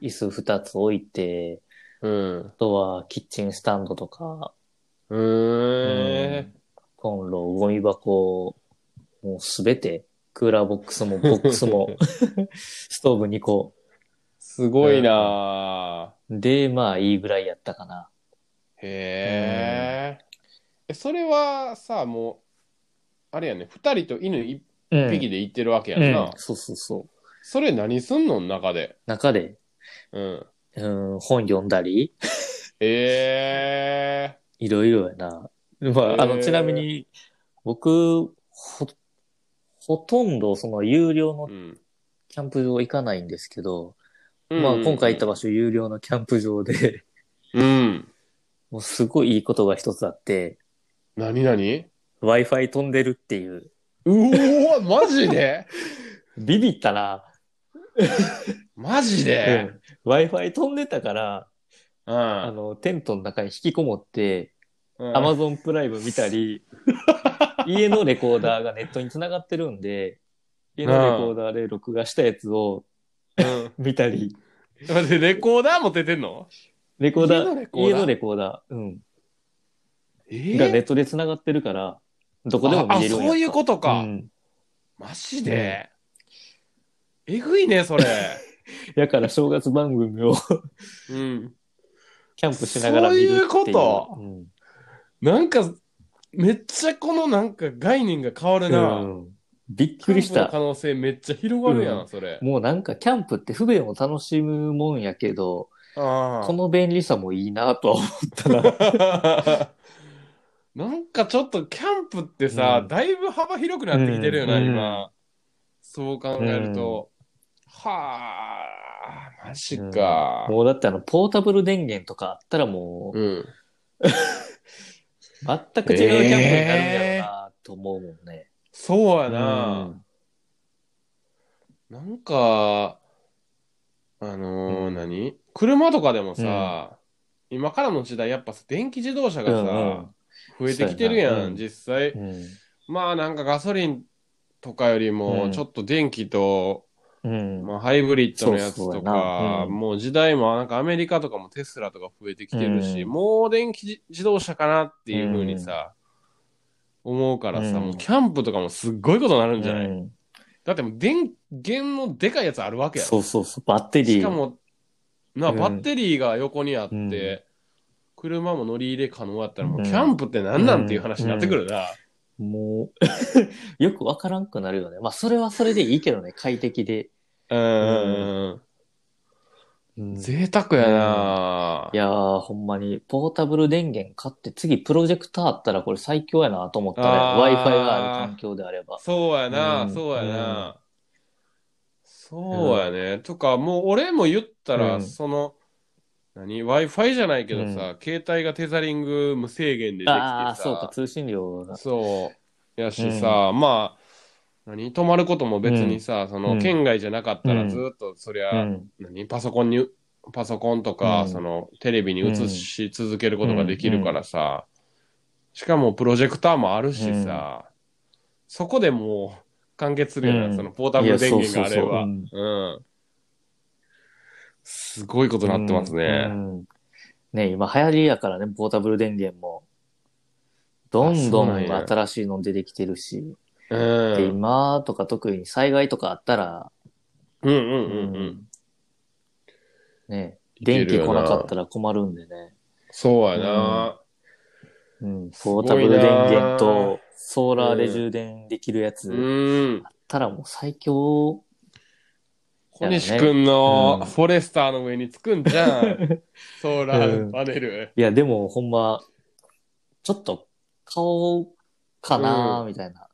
[SPEAKER 2] 椅子二つ置いて、
[SPEAKER 1] うん。
[SPEAKER 2] あとはキッチンスタンドとか、
[SPEAKER 1] うーん。
[SPEAKER 2] コンロ、ゴミ箱、もうすべて、クーラーボックスもボックスも、 ストーブ2個。
[SPEAKER 1] すごいな
[SPEAKER 2] で、まあいいぐらいやったかな。
[SPEAKER 1] ぁへえ。えそれはさ、もう、あれやね、二人と犬一
[SPEAKER 2] うん。
[SPEAKER 1] 匹で行ってるわけや
[SPEAKER 2] うんん
[SPEAKER 1] な。
[SPEAKER 2] そうそうそう。
[SPEAKER 1] それ何すんの中で。
[SPEAKER 2] 中で、
[SPEAKER 1] うん。
[SPEAKER 2] うん、本読んだり、
[SPEAKER 1] へえ。
[SPEAKER 2] いろいろやな。ま
[SPEAKER 1] へ
[SPEAKER 2] あ、
[SPEAKER 1] ー
[SPEAKER 2] あの、ちなみに、僕、ほ、ほとんどその有料の
[SPEAKER 1] うん。
[SPEAKER 2] キャンプ場行かないんですけど、
[SPEAKER 1] うん
[SPEAKER 2] まあ今回行った場所有料のキャンプ場で、
[SPEAKER 1] うん。
[SPEAKER 2] もうすごいいいことが一つあって、
[SPEAKER 1] 何何
[SPEAKER 2] Wi-Fi 飛んでるっていう。
[SPEAKER 1] うおわ、マジで
[SPEAKER 2] ビビったな。
[SPEAKER 1] マジで
[SPEAKER 2] うん Wi-Fi 飛んでたから、
[SPEAKER 1] う
[SPEAKER 2] あ
[SPEAKER 1] ん。
[SPEAKER 2] の、テントの中に引きこもって、
[SPEAKER 1] うん
[SPEAKER 2] Amazon プライム見 たり、家のレコーダーがネットに繋がってるんで、家のレコーダーで録画したやつを
[SPEAKER 1] うん
[SPEAKER 2] 見たり、
[SPEAKER 1] 待って、レコーダーも出てんの
[SPEAKER 2] レコーダ
[SPEAKER 1] 家の
[SPEAKER 2] ー
[SPEAKER 1] レ、コーダー
[SPEAKER 2] 家のレコーダー、うん、
[SPEAKER 1] え
[SPEAKER 2] がネットで繋がってるから、どこでも見れるんや
[SPEAKER 1] ああ
[SPEAKER 2] った
[SPEAKER 1] そういうことか。
[SPEAKER 2] うん
[SPEAKER 1] マジで、えぐいね、 それ。
[SPEAKER 2] だから正月番組を
[SPEAKER 1] うん。
[SPEAKER 2] キャンプしながら見るっていう。
[SPEAKER 1] そういうこと
[SPEAKER 2] うん
[SPEAKER 1] なんか、めっちゃこのなんか概念が変わるな。
[SPEAKER 2] うんびっくりし
[SPEAKER 1] キャンプの
[SPEAKER 2] た
[SPEAKER 1] 可。能性めっちゃ広がるやん、
[SPEAKER 2] う
[SPEAKER 1] それ。
[SPEAKER 2] もうなんかキャンプって不便を楽しむもんやけど、
[SPEAKER 1] あ
[SPEAKER 2] こ
[SPEAKER 1] あ。
[SPEAKER 2] の便利さもいいなとは思ったな。
[SPEAKER 1] なんかちょっとキャンプってさ、
[SPEAKER 2] うん
[SPEAKER 1] だいぶ幅広くなってきてるよな、
[SPEAKER 2] うん
[SPEAKER 1] 今。そう考えると、はあ、マジか。
[SPEAKER 2] もうだってあの、ポータブル電源とかあったらもう、
[SPEAKER 1] うん。
[SPEAKER 2] 全く違うキャンプになるんやろうなと思うもんね。
[SPEAKER 1] そうや
[SPEAKER 2] う
[SPEAKER 1] な。
[SPEAKER 2] ん
[SPEAKER 1] なんか、あのー何車とかでもさ、今からの時代、やっぱさ電気自動車がさ、増えてきてるや、
[SPEAKER 2] そうやなんうん
[SPEAKER 1] 実際。
[SPEAKER 2] うん
[SPEAKER 1] まあなんかガソリンとかより
[SPEAKER 2] う
[SPEAKER 1] も、
[SPEAKER 2] ん
[SPEAKER 1] ちょっと電気と、
[SPEAKER 2] うんうん
[SPEAKER 1] まあ、ハイブリッドのやつ
[SPEAKER 2] そう
[SPEAKER 1] と
[SPEAKER 2] そうやな
[SPEAKER 1] か、
[SPEAKER 2] うん
[SPEAKER 1] もう時代もなんかアメリカとかもテスラとか増えてきてるし、
[SPEAKER 2] うん
[SPEAKER 1] もう電気自自動車かなっていうふうにさ、思うからさ、
[SPEAKER 2] うん
[SPEAKER 1] もうキャンプとかもすっごいことになるんじゃない、
[SPEAKER 2] うん
[SPEAKER 1] だってもう電源のでかいやつあるわけやろ
[SPEAKER 2] そうそうそう、バッテリー。
[SPEAKER 1] しかも、な、
[SPEAKER 2] うん
[SPEAKER 1] バッテリーが横にあって、
[SPEAKER 2] うん
[SPEAKER 1] 車も乗り入れ可能だったら、もううんキャンプって何なんっていう話になってくるな。
[SPEAKER 2] もう、 よくわからんくなるよね。まあ、それはそれでいいけどね、快適で。
[SPEAKER 1] うんうんうんうん。贅沢やない
[SPEAKER 2] やー、ほんまに、ポータブル電源買って、次プロジェクターあったらこれ最強やなと思ったね。
[SPEAKER 1] あ
[SPEAKER 2] Wi-Fi
[SPEAKER 1] ー
[SPEAKER 2] がある環境であれば。
[SPEAKER 1] そうやな、
[SPEAKER 2] うん
[SPEAKER 1] そうやな、そうやね。とか、もう俺も言ったら、
[SPEAKER 2] うん
[SPEAKER 1] その、何 ?Wi-Fi じゃないけどさ、携帯がテザリング無制限でできて
[SPEAKER 2] ああ、
[SPEAKER 1] さ、
[SPEAKER 2] そうか、通信量が。
[SPEAKER 1] そう。やしさ、まあ、何泊まることも別にさ、その、
[SPEAKER 2] うん
[SPEAKER 1] 県外じゃなかった
[SPEAKER 2] う
[SPEAKER 1] ら
[SPEAKER 2] ん
[SPEAKER 1] ずっと、そり
[SPEAKER 2] う
[SPEAKER 1] ゃ、
[SPEAKER 2] ん。
[SPEAKER 1] 何パソコンに、パソコンとか、
[SPEAKER 2] うん
[SPEAKER 1] その、テレビに映し続けることができるからさ、しかもプロジェクターもあるしさ、そこでもう、完結するような、
[SPEAKER 2] うん
[SPEAKER 1] その、ポータブル電源があれば。う
[SPEAKER 2] う
[SPEAKER 1] んん。すごいことになってます
[SPEAKER 2] う
[SPEAKER 1] ね。
[SPEAKER 2] んうんね今流行りやからね、ポータブル電源も。どんど
[SPEAKER 1] あそうなん
[SPEAKER 2] ん
[SPEAKER 1] や
[SPEAKER 2] 新しいの出てきてるし。
[SPEAKER 1] うん。
[SPEAKER 2] で今とか特に災害とかあったら、
[SPEAKER 1] うんうんうんうん。
[SPEAKER 2] ね、
[SPEAKER 1] いけ
[SPEAKER 2] 電
[SPEAKER 1] る
[SPEAKER 2] 気
[SPEAKER 1] よ
[SPEAKER 2] 来
[SPEAKER 1] な
[SPEAKER 2] なかったら困るんでね。
[SPEAKER 1] そうやな。
[SPEAKER 2] うん、
[SPEAKER 1] す
[SPEAKER 2] ポ
[SPEAKER 1] ご
[SPEAKER 2] ー
[SPEAKER 1] いな
[SPEAKER 2] タ
[SPEAKER 1] ー
[SPEAKER 2] ブル電源とソーラーで充電できるやつ、
[SPEAKER 1] うん。
[SPEAKER 2] たらもう最強。
[SPEAKER 1] 小西くんの
[SPEAKER 2] うん
[SPEAKER 1] フォレスターの上につくんじゃ ん。ソーラ
[SPEAKER 2] うん
[SPEAKER 1] ーパネル。
[SPEAKER 2] いや、でもほんま、ちょっと買おうかなーみたいな。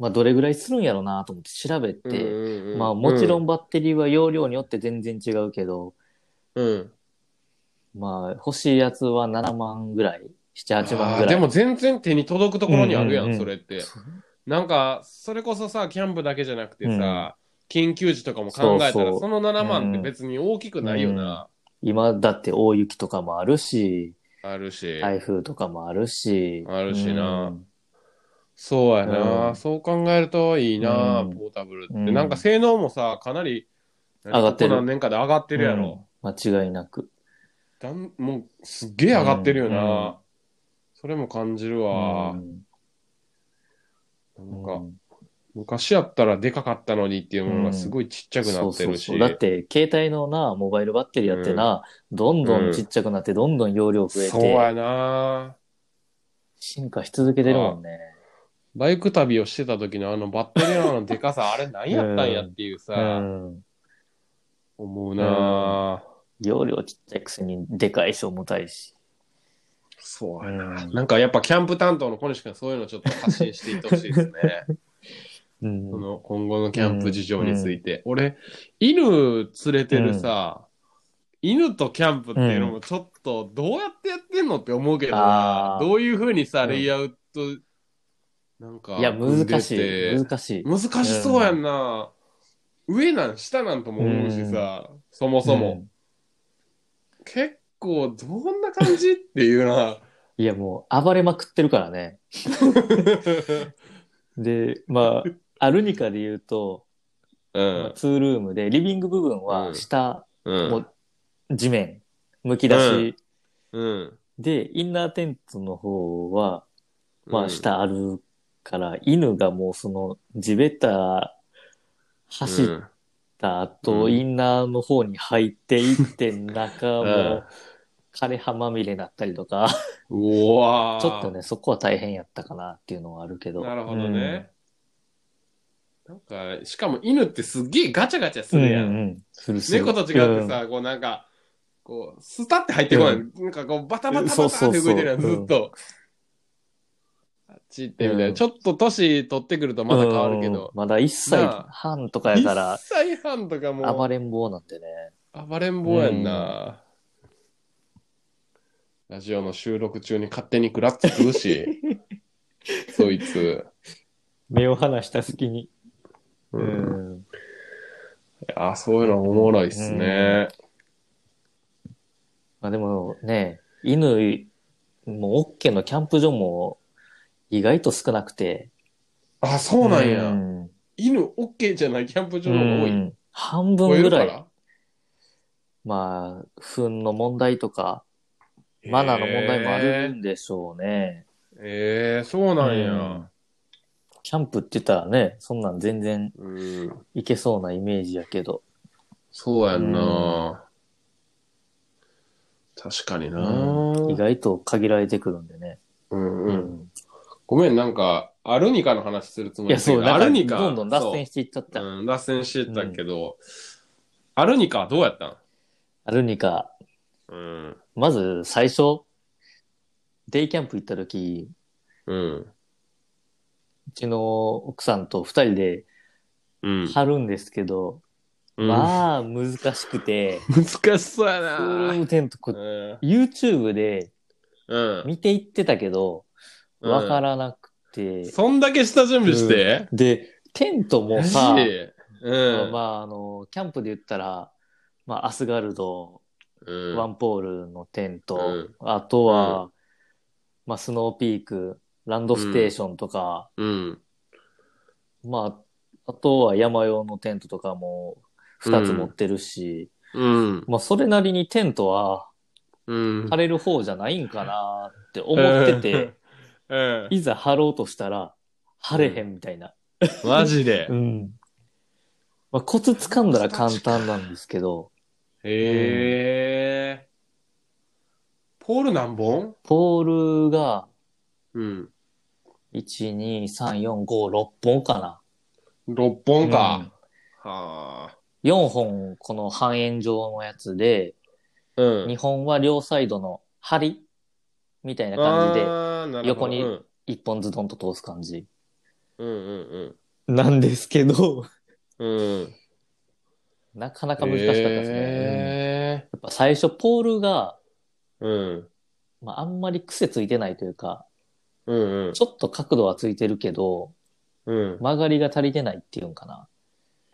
[SPEAKER 2] まあ、どれぐらいするんやろうなと思って調べ
[SPEAKER 1] うん
[SPEAKER 2] て、
[SPEAKER 1] うんうん
[SPEAKER 2] まあ、もちろ
[SPEAKER 1] うん
[SPEAKER 2] んバッテリーは容量によって全然違うけど、
[SPEAKER 1] うん。
[SPEAKER 2] まあ、欲しいやつは7万ぐらい、7、8万
[SPEAKER 1] あ
[SPEAKER 2] ぐ
[SPEAKER 1] ー
[SPEAKER 2] らい。
[SPEAKER 1] でも全然手に届くところにあるや
[SPEAKER 2] うんう
[SPEAKER 1] ん、
[SPEAKER 2] んうん
[SPEAKER 1] それって。なんか、それこそさ、キャンプだけじゃなくてさ、緊急時とかも考え
[SPEAKER 2] そ
[SPEAKER 1] た
[SPEAKER 2] うそ
[SPEAKER 1] ら、
[SPEAKER 2] う
[SPEAKER 1] その7万って別に大きくないよな。
[SPEAKER 2] 今だって大雪とかもあるし、
[SPEAKER 1] あるし。
[SPEAKER 2] 台風とかもあるし。
[SPEAKER 1] あるしな
[SPEAKER 2] うん
[SPEAKER 1] そうやな、
[SPEAKER 2] うん
[SPEAKER 1] そう考えるといいな、
[SPEAKER 2] うん
[SPEAKER 1] ポータブルって。
[SPEAKER 2] うん
[SPEAKER 1] なんか性能もさ、かなり、上
[SPEAKER 2] がってる
[SPEAKER 1] 何年かで上がってるやろ。
[SPEAKER 2] うん間違いなく。
[SPEAKER 1] だんもうすっげえ上がってるよな、
[SPEAKER 2] うんうん
[SPEAKER 1] それも感じるわ
[SPEAKER 2] う、ん
[SPEAKER 1] なんか昔やったらでかかったのにっていうものがすごいちっちゃくなってるし、
[SPEAKER 2] そうそうそうだって、携帯のな、モバイルバッテリーやってな、どんどんちっちゃくなって、どんどん容量増え
[SPEAKER 1] そうや
[SPEAKER 2] て、
[SPEAKER 1] な
[SPEAKER 2] 進化し続けてるもんね。
[SPEAKER 1] バイク旅をしてた時のあのバッテリーのでかさあれ何やったんやっていうさ、
[SPEAKER 2] うん。
[SPEAKER 1] 思うな、
[SPEAKER 2] 容量ちっちゃいくせに、でかいし、重たいし。
[SPEAKER 1] そう
[SPEAKER 2] う
[SPEAKER 1] や
[SPEAKER 2] ん。
[SPEAKER 1] なんかやっぱキャンプ担当の小西君そういうのちょっと発信していってほしい ですね
[SPEAKER 2] うん
[SPEAKER 1] その今後のキャンプ事情について、俺犬連れてるさ、犬とキャンプっていうのもちょっとどうやってやってんのって思うけどな
[SPEAKER 2] あー
[SPEAKER 1] どういうふうにさ
[SPEAKER 2] うん
[SPEAKER 1] レイアウトなんか
[SPEAKER 2] いや、
[SPEAKER 1] 組んで
[SPEAKER 2] 難
[SPEAKER 1] て
[SPEAKER 2] しい。難しい。
[SPEAKER 1] 難しそうやんな、上なん下なんとも思うしさ、そもそも、
[SPEAKER 2] うん
[SPEAKER 1] 結構どんな感じっていう な
[SPEAKER 2] いや、もう、暴れまくってるからね。で、ま あ、アルニカで言うと、
[SPEAKER 1] う
[SPEAKER 2] まあ
[SPEAKER 1] ん
[SPEAKER 2] ツールームで、リビング部分
[SPEAKER 1] う
[SPEAKER 2] は
[SPEAKER 1] ん
[SPEAKER 2] 下、
[SPEAKER 1] うん
[SPEAKER 2] もう地面、むき出し。
[SPEAKER 1] うん
[SPEAKER 2] で、インナーテントの方は、ま
[SPEAKER 1] う
[SPEAKER 2] あ、
[SPEAKER 1] ん
[SPEAKER 2] 下あるから、犬がもうその地べた走っ
[SPEAKER 1] うん
[SPEAKER 2] た後、
[SPEAKER 1] うん
[SPEAKER 2] インナーの方に入っていって、中
[SPEAKER 1] う
[SPEAKER 2] も
[SPEAKER 1] ん
[SPEAKER 2] 枯れ葉まみれになったりとか、
[SPEAKER 1] うわー
[SPEAKER 2] ちょっとね、そこは大変やったかなっていうのはあるけど。
[SPEAKER 1] なるほどね。なんか、しかも犬ってすっげえガチャガチャす
[SPEAKER 2] うん。
[SPEAKER 1] るや。
[SPEAKER 2] うんんうんするする
[SPEAKER 1] 猫と違ってさ、こうなんか、こう、スタって入ってこない。なんかこう、バタバタバタって動いてるやん、
[SPEAKER 2] そうそうそう
[SPEAKER 1] ずっと。ちってみたいな、
[SPEAKER 2] うん
[SPEAKER 1] ちょっと年取ってくるとまだ変わるけど
[SPEAKER 2] うん、まだ1歳半とかやから
[SPEAKER 1] 1、歳半とかもう
[SPEAKER 2] 暴れん坊なんてね。
[SPEAKER 1] 暴れん坊やんな、ラジオの収録中に勝手にグラッツ食う しそいつ、
[SPEAKER 2] 目を離した隙に。
[SPEAKER 1] う、
[SPEAKER 2] うんん。
[SPEAKER 1] あそういうのおもろいっすね、
[SPEAKER 2] まあでもね、犬、もうオッケーのキャンプ場も意外と少なくて。
[SPEAKER 1] あそうなんや、
[SPEAKER 2] うん
[SPEAKER 1] 犬オッケーじゃないキャンプ場の方が多い、
[SPEAKER 2] うん半
[SPEAKER 1] 超え
[SPEAKER 2] 分ぐ
[SPEAKER 1] るからら
[SPEAKER 2] い、まあ、糞の問題とか、マナーの問題もあるんでしょうね。
[SPEAKER 1] えーえーそうなんや、
[SPEAKER 2] うんキャンプって言ったらね、そんなん全然
[SPEAKER 1] うん、
[SPEAKER 2] いけそうなイメージやけど。
[SPEAKER 1] そうやんな、確かにな、
[SPEAKER 2] うん意外と限られてくるんでね。
[SPEAKER 1] うん
[SPEAKER 2] う
[SPEAKER 1] うん、ごめん、なんか、アルニカの話するつも
[SPEAKER 2] ん
[SPEAKER 1] り
[SPEAKER 2] いや、
[SPEAKER 1] だったけ
[SPEAKER 2] そう、
[SPEAKER 1] ど
[SPEAKER 2] な
[SPEAKER 1] ア
[SPEAKER 2] んか
[SPEAKER 1] ルニカ、
[SPEAKER 2] どんどん脱線
[SPEAKER 1] し
[SPEAKER 2] していっちゃった。
[SPEAKER 1] うん、脱線してたけど、アルニカはどうやったん
[SPEAKER 2] アルニカ、
[SPEAKER 1] うん。
[SPEAKER 2] まず最初、デイキャンプ行った時、
[SPEAKER 1] うん。
[SPEAKER 2] うちの奥さんと二人で
[SPEAKER 1] うん。
[SPEAKER 2] 張るんですけど、
[SPEAKER 1] うん
[SPEAKER 2] まあ難しくて、
[SPEAKER 1] 難しそうや
[SPEAKER 2] フ
[SPEAKER 1] な
[SPEAKER 2] ールテントこ
[SPEAKER 1] う、ん。
[SPEAKER 2] YouTube で
[SPEAKER 1] うん。
[SPEAKER 2] 見ていってたけど、
[SPEAKER 1] うん
[SPEAKER 2] わからなくて、
[SPEAKER 1] そんだけ下準備して、
[SPEAKER 2] で、テントも
[SPEAKER 1] マジ
[SPEAKER 2] さ、
[SPEAKER 1] うん。
[SPEAKER 2] まあ、あの、キャンプで言ったら、まあ、アスガルド、
[SPEAKER 1] うん
[SPEAKER 2] ワンポールのテント、
[SPEAKER 1] うん
[SPEAKER 2] あとは、まあ、スノーピーク、ランドステーションとか、
[SPEAKER 1] うん。
[SPEAKER 2] まあ、あとは山用のテントとかも2つ持ってるし、
[SPEAKER 1] うん。
[SPEAKER 2] まあ、それなりにテントは
[SPEAKER 1] うん。
[SPEAKER 2] 張れる方じゃないんかなって思ってて、
[SPEAKER 1] うん。
[SPEAKER 2] いざ張ろうとしたら、張れへんみたいな。
[SPEAKER 1] うん。マジで。
[SPEAKER 2] うん。まあ、コツ掴んだら簡単なんですけど、
[SPEAKER 1] へえ。ポール何本
[SPEAKER 2] ポールが、
[SPEAKER 1] うん。
[SPEAKER 2] 1、2、3、4、5、6本かな。
[SPEAKER 1] 6本か。はあ。
[SPEAKER 2] 4本、この半円状のやつで、
[SPEAKER 1] うん
[SPEAKER 2] 2本は両サイドの針みたいな感じで、
[SPEAKER 1] で
[SPEAKER 2] 横に
[SPEAKER 1] うん
[SPEAKER 2] 1本ずどんと通す感じ。
[SPEAKER 1] うんうん
[SPEAKER 2] なんですけど、
[SPEAKER 1] うん。うん。
[SPEAKER 2] なかなか難しかったですね。うん
[SPEAKER 1] へ
[SPEAKER 2] やっぱ最初、ポールが、
[SPEAKER 1] ーうん。
[SPEAKER 2] まあ、あんまり癖ついてないというか、
[SPEAKER 1] うんうん。
[SPEAKER 2] ちょっと角度はついてるけど、
[SPEAKER 1] うん。
[SPEAKER 2] 曲がりが足りてないっていうんかな。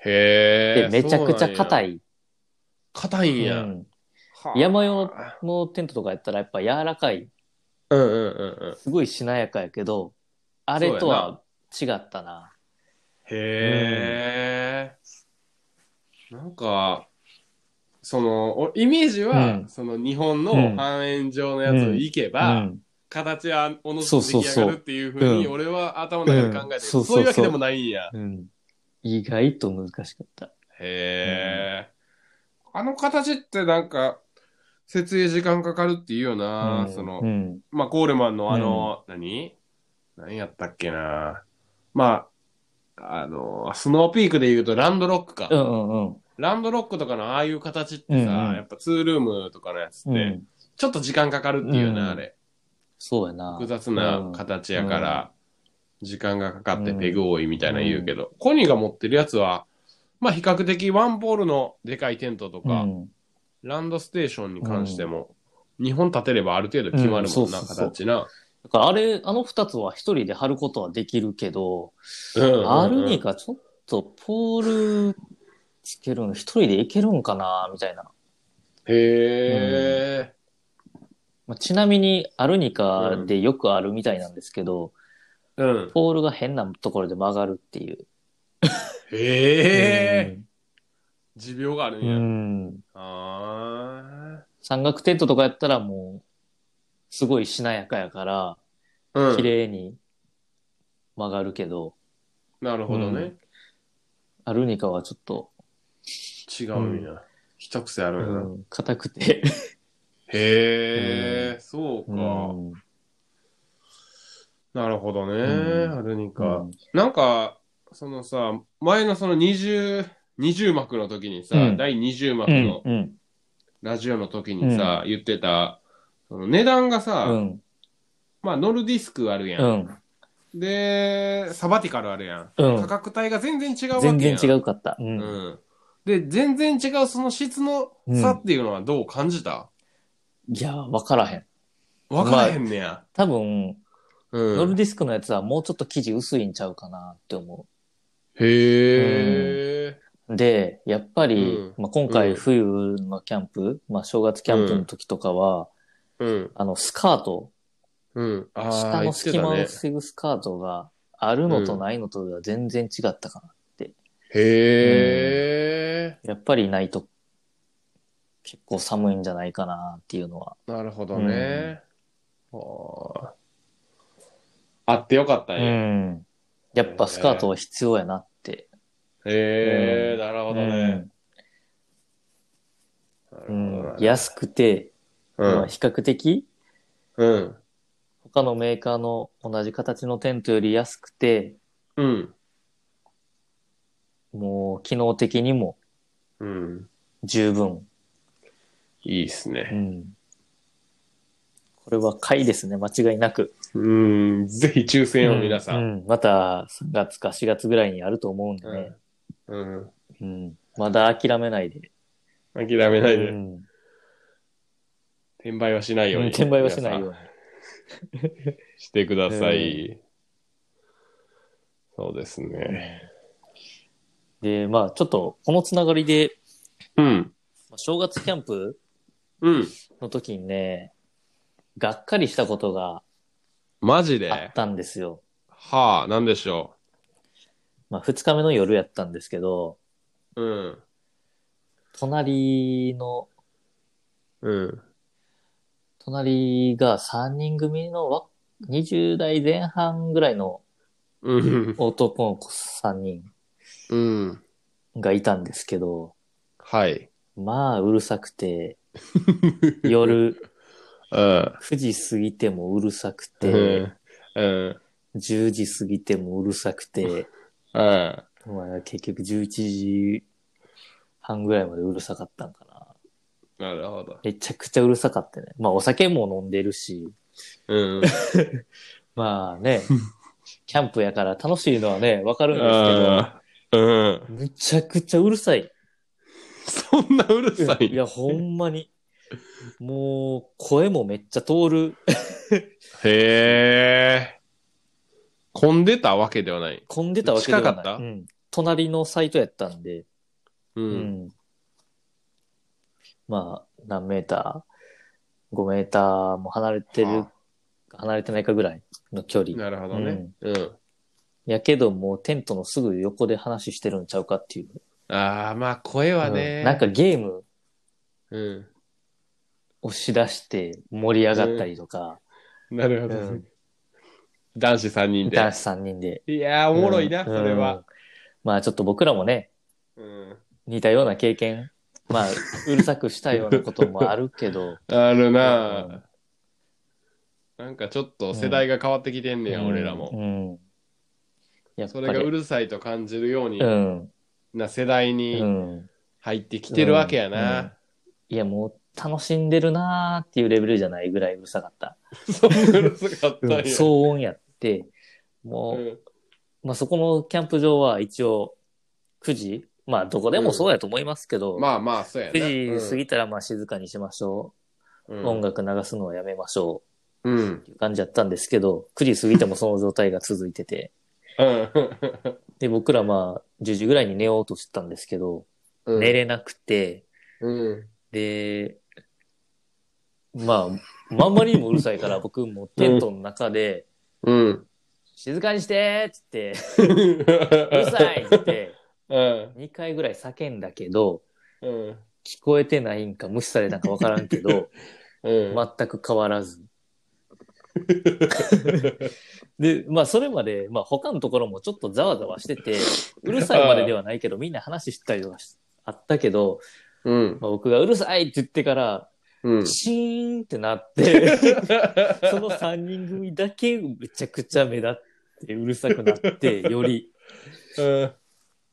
[SPEAKER 1] へ
[SPEAKER 2] で、
[SPEAKER 1] え。
[SPEAKER 2] めちゃくちゃ硬
[SPEAKER 1] い。
[SPEAKER 2] い。
[SPEAKER 1] 硬いんや
[SPEAKER 2] う。ん
[SPEAKER 1] はあ
[SPEAKER 2] 山用のテントとかやったらやっぱ柔らかい
[SPEAKER 1] うんうんうんうん。
[SPEAKER 2] すごいしなやかやけど、あれとは違ったな。
[SPEAKER 1] へえ。なんか、その、おイメージ
[SPEAKER 2] う
[SPEAKER 1] は、
[SPEAKER 2] ん
[SPEAKER 1] その日本
[SPEAKER 2] うん
[SPEAKER 1] の半円状のやつ行けば、形はおのずと出来上がるっていうふうに、
[SPEAKER 2] そうそうそううん
[SPEAKER 1] 俺は頭の中で考えてる。
[SPEAKER 2] うん
[SPEAKER 1] そういうわけでもないんや。
[SPEAKER 2] うん意外と難しかった。
[SPEAKER 1] へえ、あの形ってなんか、設営時間かかるっていうよな、
[SPEAKER 2] うん
[SPEAKER 1] その
[SPEAKER 2] う、ん
[SPEAKER 1] まあ、コールマンのあの、何何やったっけな。まあ、あの、スノーピークで言うとランドロックか。
[SPEAKER 2] うんうん
[SPEAKER 1] ランドロックとかのああいう形ってさ、
[SPEAKER 2] うんうん
[SPEAKER 1] やっぱツールームとかのやつって、
[SPEAKER 2] うんうん。
[SPEAKER 1] ちょっと時間かかるっていうよな、
[SPEAKER 2] うん
[SPEAKER 1] あれ。
[SPEAKER 2] そうやな
[SPEAKER 1] 複。雑な形やから、時間がかかってペグ多いみたいな言うけど、コニーが持ってるやつは、まあ比較的ワンポールのでかいテントと
[SPEAKER 2] う
[SPEAKER 1] か、
[SPEAKER 2] ん
[SPEAKER 1] ランドステーションに関しても、日本立てればある程度決まるもんな、
[SPEAKER 2] うんそうそうそう
[SPEAKER 1] 形な。
[SPEAKER 2] だからあれ、あの二つは一人で貼ることはできるけど、
[SPEAKER 1] あ
[SPEAKER 2] あるにかちょっとポールつけるの一人でいけるんかな、みたいな。
[SPEAKER 1] へえ。
[SPEAKER 2] まあちなみに、アルニカでよくあるみたいなんですけど、
[SPEAKER 1] うん。
[SPEAKER 2] ポールが変なところで曲がるっていう。
[SPEAKER 1] へえ。持病があるん
[SPEAKER 2] う
[SPEAKER 1] や。
[SPEAKER 2] ん。
[SPEAKER 1] あ
[SPEAKER 2] 山岳テントとかやったらもう、すごいしなやかやから、
[SPEAKER 1] あ。うん
[SPEAKER 2] 綺。麗に曲がるけど、
[SPEAKER 1] なるほどね。
[SPEAKER 2] アルニカはちょっと、
[SPEAKER 1] 違うんや。一癖あるんやな。
[SPEAKER 2] うん硬くて、
[SPEAKER 1] へえ、そうか。
[SPEAKER 2] うん
[SPEAKER 1] なるほどね、
[SPEAKER 2] うん
[SPEAKER 1] アルニカ、
[SPEAKER 2] うん
[SPEAKER 1] なんか、そのさ、前のその20、20幕の時にさ、
[SPEAKER 2] うん
[SPEAKER 1] 第20幕
[SPEAKER 2] う
[SPEAKER 1] の
[SPEAKER 2] んうん
[SPEAKER 1] ラジオの時にさ、言ってた、その値段がさ、
[SPEAKER 2] うん
[SPEAKER 1] まあノルディスクあるやん。
[SPEAKER 2] うん
[SPEAKER 1] で、サバティカルあるやん。
[SPEAKER 2] うん
[SPEAKER 1] 価格帯が全然違うわけや
[SPEAKER 2] 全
[SPEAKER 1] ん。
[SPEAKER 2] 然違
[SPEAKER 1] う。
[SPEAKER 2] うかった。うん。
[SPEAKER 1] うん。で、全然違うその質の差っていうのはどう感じた、
[SPEAKER 2] いやー、わからへん。
[SPEAKER 1] わからへんねや。
[SPEAKER 2] 多分、ノ
[SPEAKER 1] う
[SPEAKER 2] ル
[SPEAKER 1] ん。
[SPEAKER 2] ディスクのやつはもうちょっと生地薄いんちゃうかなって思
[SPEAKER 1] へえ。
[SPEAKER 2] う。で、やっぱり、
[SPEAKER 1] う
[SPEAKER 2] まあ、今
[SPEAKER 1] うん
[SPEAKER 2] 回冬のキャンプ、まあ、正月キャンプの時とかは、
[SPEAKER 1] うん。
[SPEAKER 2] あの、スカート、
[SPEAKER 1] うん。ああ、
[SPEAKER 2] 下の隙
[SPEAKER 1] 言っ
[SPEAKER 2] 間を
[SPEAKER 1] てたね。
[SPEAKER 2] 防ぐスカートがあるのとないのとでは全然違ったかな。
[SPEAKER 1] へえ。
[SPEAKER 2] やっぱりないと結構寒いんじゃないかなっていうのは。
[SPEAKER 1] なるほどね。ああ。あってよかった
[SPEAKER 2] う
[SPEAKER 1] ね。
[SPEAKER 2] ん。やっぱスカートは必要やなって。
[SPEAKER 1] へえ、なるほどね。なるほど
[SPEAKER 2] うん
[SPEAKER 1] ね
[SPEAKER 2] うん安くて、
[SPEAKER 1] うん
[SPEAKER 2] まあ比較的
[SPEAKER 1] うん。
[SPEAKER 2] 他のメーカーの同じ形のテントより安くて、
[SPEAKER 1] うん。
[SPEAKER 2] もう機能的にも
[SPEAKER 1] うん。
[SPEAKER 2] 十分。
[SPEAKER 1] いいっす
[SPEAKER 2] う
[SPEAKER 1] ね。
[SPEAKER 2] ん。これは買いですね、間違いなく。
[SPEAKER 1] うん。ぜひ抽選を皆さ。
[SPEAKER 2] うんんまた3月か4月ぐらいにあると思うんで
[SPEAKER 1] うん
[SPEAKER 2] ね。。
[SPEAKER 1] うん
[SPEAKER 2] うんまだ諦めないで。
[SPEAKER 1] 諦めないうで。
[SPEAKER 2] ん
[SPEAKER 1] 転売はしないように。
[SPEAKER 2] 転売はしないよう
[SPEAKER 1] 皆
[SPEAKER 2] に
[SPEAKER 1] さ。んしてください。そうですね。
[SPEAKER 2] で、まあちょっとこのつながりで、
[SPEAKER 1] うん。
[SPEAKER 2] まあ正月キャンプ
[SPEAKER 1] うん。
[SPEAKER 2] の時にね、がっかりしたことが
[SPEAKER 1] マジで
[SPEAKER 2] あったんですよ。
[SPEAKER 1] はあ、なんでしょ
[SPEAKER 2] まあ2日目の夜やったんですけど、
[SPEAKER 1] う。うん。
[SPEAKER 2] 隣の、
[SPEAKER 1] うん。
[SPEAKER 2] 隣が3人組のわ20代前半ぐらいの
[SPEAKER 1] うん。
[SPEAKER 2] 男の子3人
[SPEAKER 1] うん。
[SPEAKER 2] がいたんですけど、
[SPEAKER 1] はい。
[SPEAKER 2] まあうるさくて、夜
[SPEAKER 1] うん。
[SPEAKER 2] 9時過ぎてもうるさく
[SPEAKER 1] う
[SPEAKER 2] て、
[SPEAKER 1] ん。うん。
[SPEAKER 2] 10時過ぎてもうるさくて、
[SPEAKER 1] うん。
[SPEAKER 2] まあ、結局11時半ぐらいまでうるさかったんかな。
[SPEAKER 1] なるほど。
[SPEAKER 2] めちゃくちゃうるさかったね。まあお酒も飲んでるし、
[SPEAKER 1] うん。
[SPEAKER 2] まあね、キャンプやから楽しいのはね、わかるんです
[SPEAKER 1] あーうん
[SPEAKER 2] けど、めちゃくちゃうるさい。
[SPEAKER 1] そんなうるさい。
[SPEAKER 2] いや、ほんまに。もう、声もめっちゃ通る。
[SPEAKER 1] へえ。混んでたわけではない。
[SPEAKER 2] 混んでたわけではない。
[SPEAKER 1] 近かった
[SPEAKER 2] うん。隣のサイトやったんで、
[SPEAKER 1] う。
[SPEAKER 2] うんん。まあ、何メーター ?5 メーターも離れてる
[SPEAKER 1] は
[SPEAKER 2] 離れてないかぐらいの距
[SPEAKER 1] あ
[SPEAKER 2] 離。
[SPEAKER 1] なるほどね。うん。
[SPEAKER 2] やけどもうテントのすぐ横で話してるんちゃうかっていう。
[SPEAKER 1] ああ、まあ声は
[SPEAKER 2] う
[SPEAKER 1] ね。
[SPEAKER 2] んなんか、ゲーム
[SPEAKER 1] うん。
[SPEAKER 2] 押し出して盛り上がったりとか、
[SPEAKER 1] なるほど
[SPEAKER 2] う
[SPEAKER 1] ね
[SPEAKER 2] ん。
[SPEAKER 1] 男子3人
[SPEAKER 2] 男
[SPEAKER 1] で。
[SPEAKER 2] 子3人で。
[SPEAKER 1] いやー、おもろいな、
[SPEAKER 2] うん
[SPEAKER 1] それ
[SPEAKER 2] うん
[SPEAKER 1] は。
[SPEAKER 2] まあちょっと僕らもね、
[SPEAKER 1] うん。
[SPEAKER 2] 似たような経験、まあうるさくしたようなこともあるけど、
[SPEAKER 1] あるな
[SPEAKER 2] う
[SPEAKER 1] あなんかちょっと世代が変わってきてんねや、俺らも。
[SPEAKER 2] うん。やっぱ
[SPEAKER 1] そ
[SPEAKER 2] り
[SPEAKER 1] れがうるさいと感じるように
[SPEAKER 2] うん。
[SPEAKER 1] な世代
[SPEAKER 2] う
[SPEAKER 1] に
[SPEAKER 2] ん。
[SPEAKER 1] 入ってきてるわけや
[SPEAKER 2] うんうん
[SPEAKER 1] な。
[SPEAKER 2] いや、もう楽しんでるなーっていうレベルじゃないぐらいうるさかった。
[SPEAKER 1] そんなうるさかったんや。
[SPEAKER 2] 騒音やって、もう、
[SPEAKER 1] うん
[SPEAKER 2] まあそこのキャンプ場は一応9時、まあどこでもそうやと思いますけど、
[SPEAKER 1] まあまあ、そうやな。
[SPEAKER 2] 9時過ぎたらまあ静かにしましょ
[SPEAKER 1] う
[SPEAKER 2] う、
[SPEAKER 1] ん
[SPEAKER 2] 音。楽流すのはやめましょ
[SPEAKER 1] うん。うん
[SPEAKER 2] うっていう感じだったんですけど、9時過ぎてもその状態が続いてて、で、僕らまあ10時ぐらいに寝ようとしてたんですけど、
[SPEAKER 1] うん
[SPEAKER 2] 寝。れなくて、
[SPEAKER 1] うん。
[SPEAKER 2] で、まあ、まんまりにもうるさいから、 僕もテントの中で、
[SPEAKER 1] うん。
[SPEAKER 2] 静かにしてーっつって、
[SPEAKER 1] う
[SPEAKER 2] うる
[SPEAKER 1] る
[SPEAKER 2] さいっつ って、
[SPEAKER 1] うん。
[SPEAKER 2] 2回ぐらい叫んだけど、
[SPEAKER 1] うん。
[SPEAKER 2] 聞こえてないんか無視されたんかわからんけ ど、
[SPEAKER 1] うん。
[SPEAKER 2] 全く変わ らず。で、まあそれまで、まあ他のところもちょっとざわざわしてて、うるさいまでではないけど、みんな話してたりとかしあったけど、
[SPEAKER 1] うん。
[SPEAKER 2] まあ、僕がうるさいって言ってから、
[SPEAKER 1] うん。
[SPEAKER 2] シーンってな って、その3人組だけめちゃくちゃ目立ってうるさく なって、より、
[SPEAKER 1] うん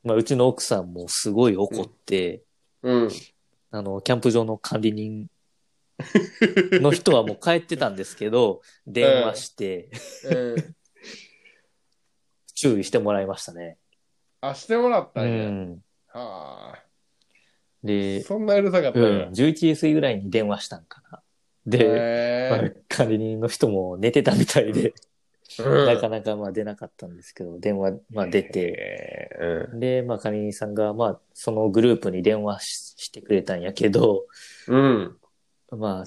[SPEAKER 2] まあ、うちの奥さんもすごい怒って、
[SPEAKER 1] うん。
[SPEAKER 2] あの、キャンプ場の管 理人の人はもう帰ってたんですけど、電話して、
[SPEAKER 1] うん
[SPEAKER 2] 注意してもらいましたね。
[SPEAKER 1] あ、してもらった
[SPEAKER 2] うん
[SPEAKER 1] や。
[SPEAKER 2] ん。
[SPEAKER 1] はあ。
[SPEAKER 2] で、
[SPEAKER 1] そんな許さかったんや。
[SPEAKER 2] うん、11時過ぎぐらいに電話したんかな。で、
[SPEAKER 1] へ
[SPEAKER 2] まあ
[SPEAKER 1] え
[SPEAKER 2] 管理人の人も寝てたみたいで、
[SPEAKER 1] うん
[SPEAKER 2] なかなかまあ出なかったんですけど、電話、まあ出て、
[SPEAKER 1] へえうん
[SPEAKER 2] で、まあ管理人さんが、まあそのグループに電話ししてくれたんやけど、
[SPEAKER 1] うん。
[SPEAKER 2] ま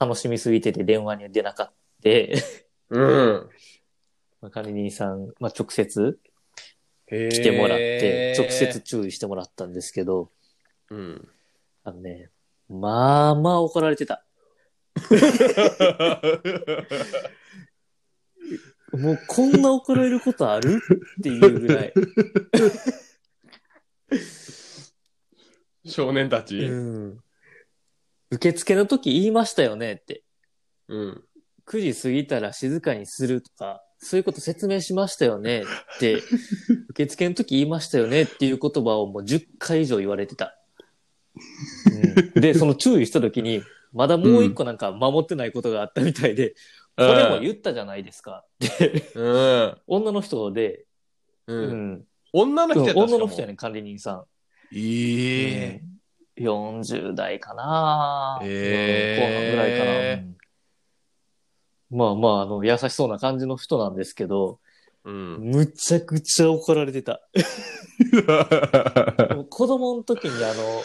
[SPEAKER 2] あ楽しみすぎてて電話に出なかった。
[SPEAKER 1] うん。
[SPEAKER 2] まあ管理人さん、まあ直接
[SPEAKER 1] 来
[SPEAKER 2] 来てもらって、直接。注意してもらったんですけど、
[SPEAKER 1] うん。
[SPEAKER 2] あのね、まあまあ怒られてた。もうこんな怒られることあるっていうぐ らい。
[SPEAKER 1] 少年たち。
[SPEAKER 2] うん。受付の時言いましたよねって。
[SPEAKER 1] うん。
[SPEAKER 2] 9時過ぎたら静かにするとか、そういうこと説明しましたよね って、受付の時言いましたよねっていう言葉をもう10回以上言われ てた。うんで、その注意した時に、まだもう一個なんか守ってないことがあったみたいで、これも言ったじゃないですか。
[SPEAKER 1] うん。
[SPEAKER 2] 女の人で、
[SPEAKER 1] う。
[SPEAKER 2] うんん。
[SPEAKER 1] 女の人やったん
[SPEAKER 2] 女の人や
[SPEAKER 1] ね。
[SPEAKER 2] ねん、管理人さん。
[SPEAKER 1] ええ。
[SPEAKER 2] うん40代かな、
[SPEAKER 1] えー
[SPEAKER 2] うん後半ぐらいかな、うんまあまあ、あの、優しそうな感じの人なんですけど、
[SPEAKER 1] うん。
[SPEAKER 2] むちゃくちゃ怒られてた。もう子供の時にあの、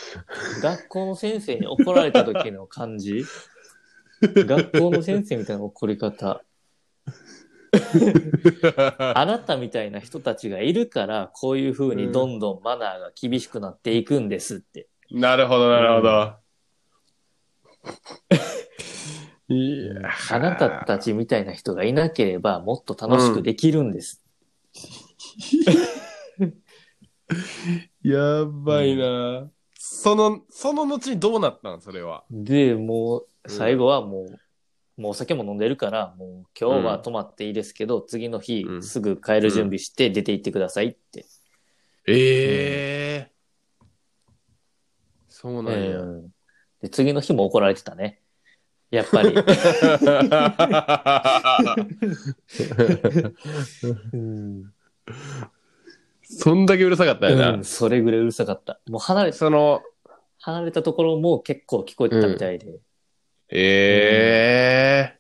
[SPEAKER 2] 学校の先生に怒られた時の感じ。学校の先生みたいな怒り方。あなたみたいな人たちがいるから、こういう風にどんどんマナーが厳しくなっていくんですって。
[SPEAKER 1] なるほど、なるほど。 いやー
[SPEAKER 2] あなたたちみたいな人がいなければ、もっと楽しくできるんです。
[SPEAKER 1] やばいな。その、その後にどうなったんそれは。
[SPEAKER 2] で、もう、最後はもう、もうお酒も飲んでるから、もう今日は泊まっていいですけど、次の日、
[SPEAKER 1] うん
[SPEAKER 2] すぐ帰る準備して出て行ってくださいって。
[SPEAKER 1] ええ。そうなんや
[SPEAKER 2] う。んで、次の日も怒られてたね。やっぱ り。うん、
[SPEAKER 1] そんだけうるさかったよな。
[SPEAKER 2] それぐらいうるさかった。もう離れ、
[SPEAKER 1] その、
[SPEAKER 2] 離れたところも結構聞こえてたみたいで。
[SPEAKER 1] ええ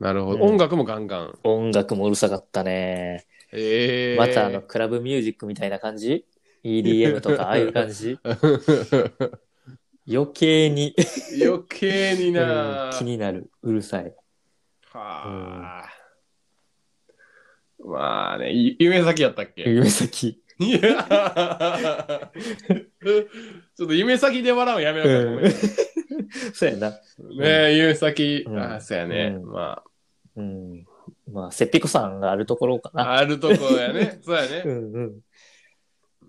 [SPEAKER 1] なるほど、
[SPEAKER 2] うん
[SPEAKER 1] 音楽もガンガン。
[SPEAKER 2] 音楽もうるさかったね。
[SPEAKER 1] ええ
[SPEAKER 2] またあの、クラブミュージックみたいな感じ ?EDM とか、 ああいう感じ余計に、
[SPEAKER 1] 余計に
[SPEAKER 2] う
[SPEAKER 1] なん
[SPEAKER 2] 気になる。うるさい。
[SPEAKER 1] はあ。まあね、ゆ夢先やったっ け
[SPEAKER 2] 夢先。
[SPEAKER 1] いやちょっと夢先で笑うのやめようかごめん。
[SPEAKER 2] そうやな。
[SPEAKER 1] ねえ、夢先、
[SPEAKER 2] うん
[SPEAKER 1] あ、そうやね。
[SPEAKER 2] うん
[SPEAKER 1] ま
[SPEAKER 2] うん。まあ、せっぴこさんがあるところかな。
[SPEAKER 1] あ、あるとこや ね。そうやね。
[SPEAKER 2] んうん。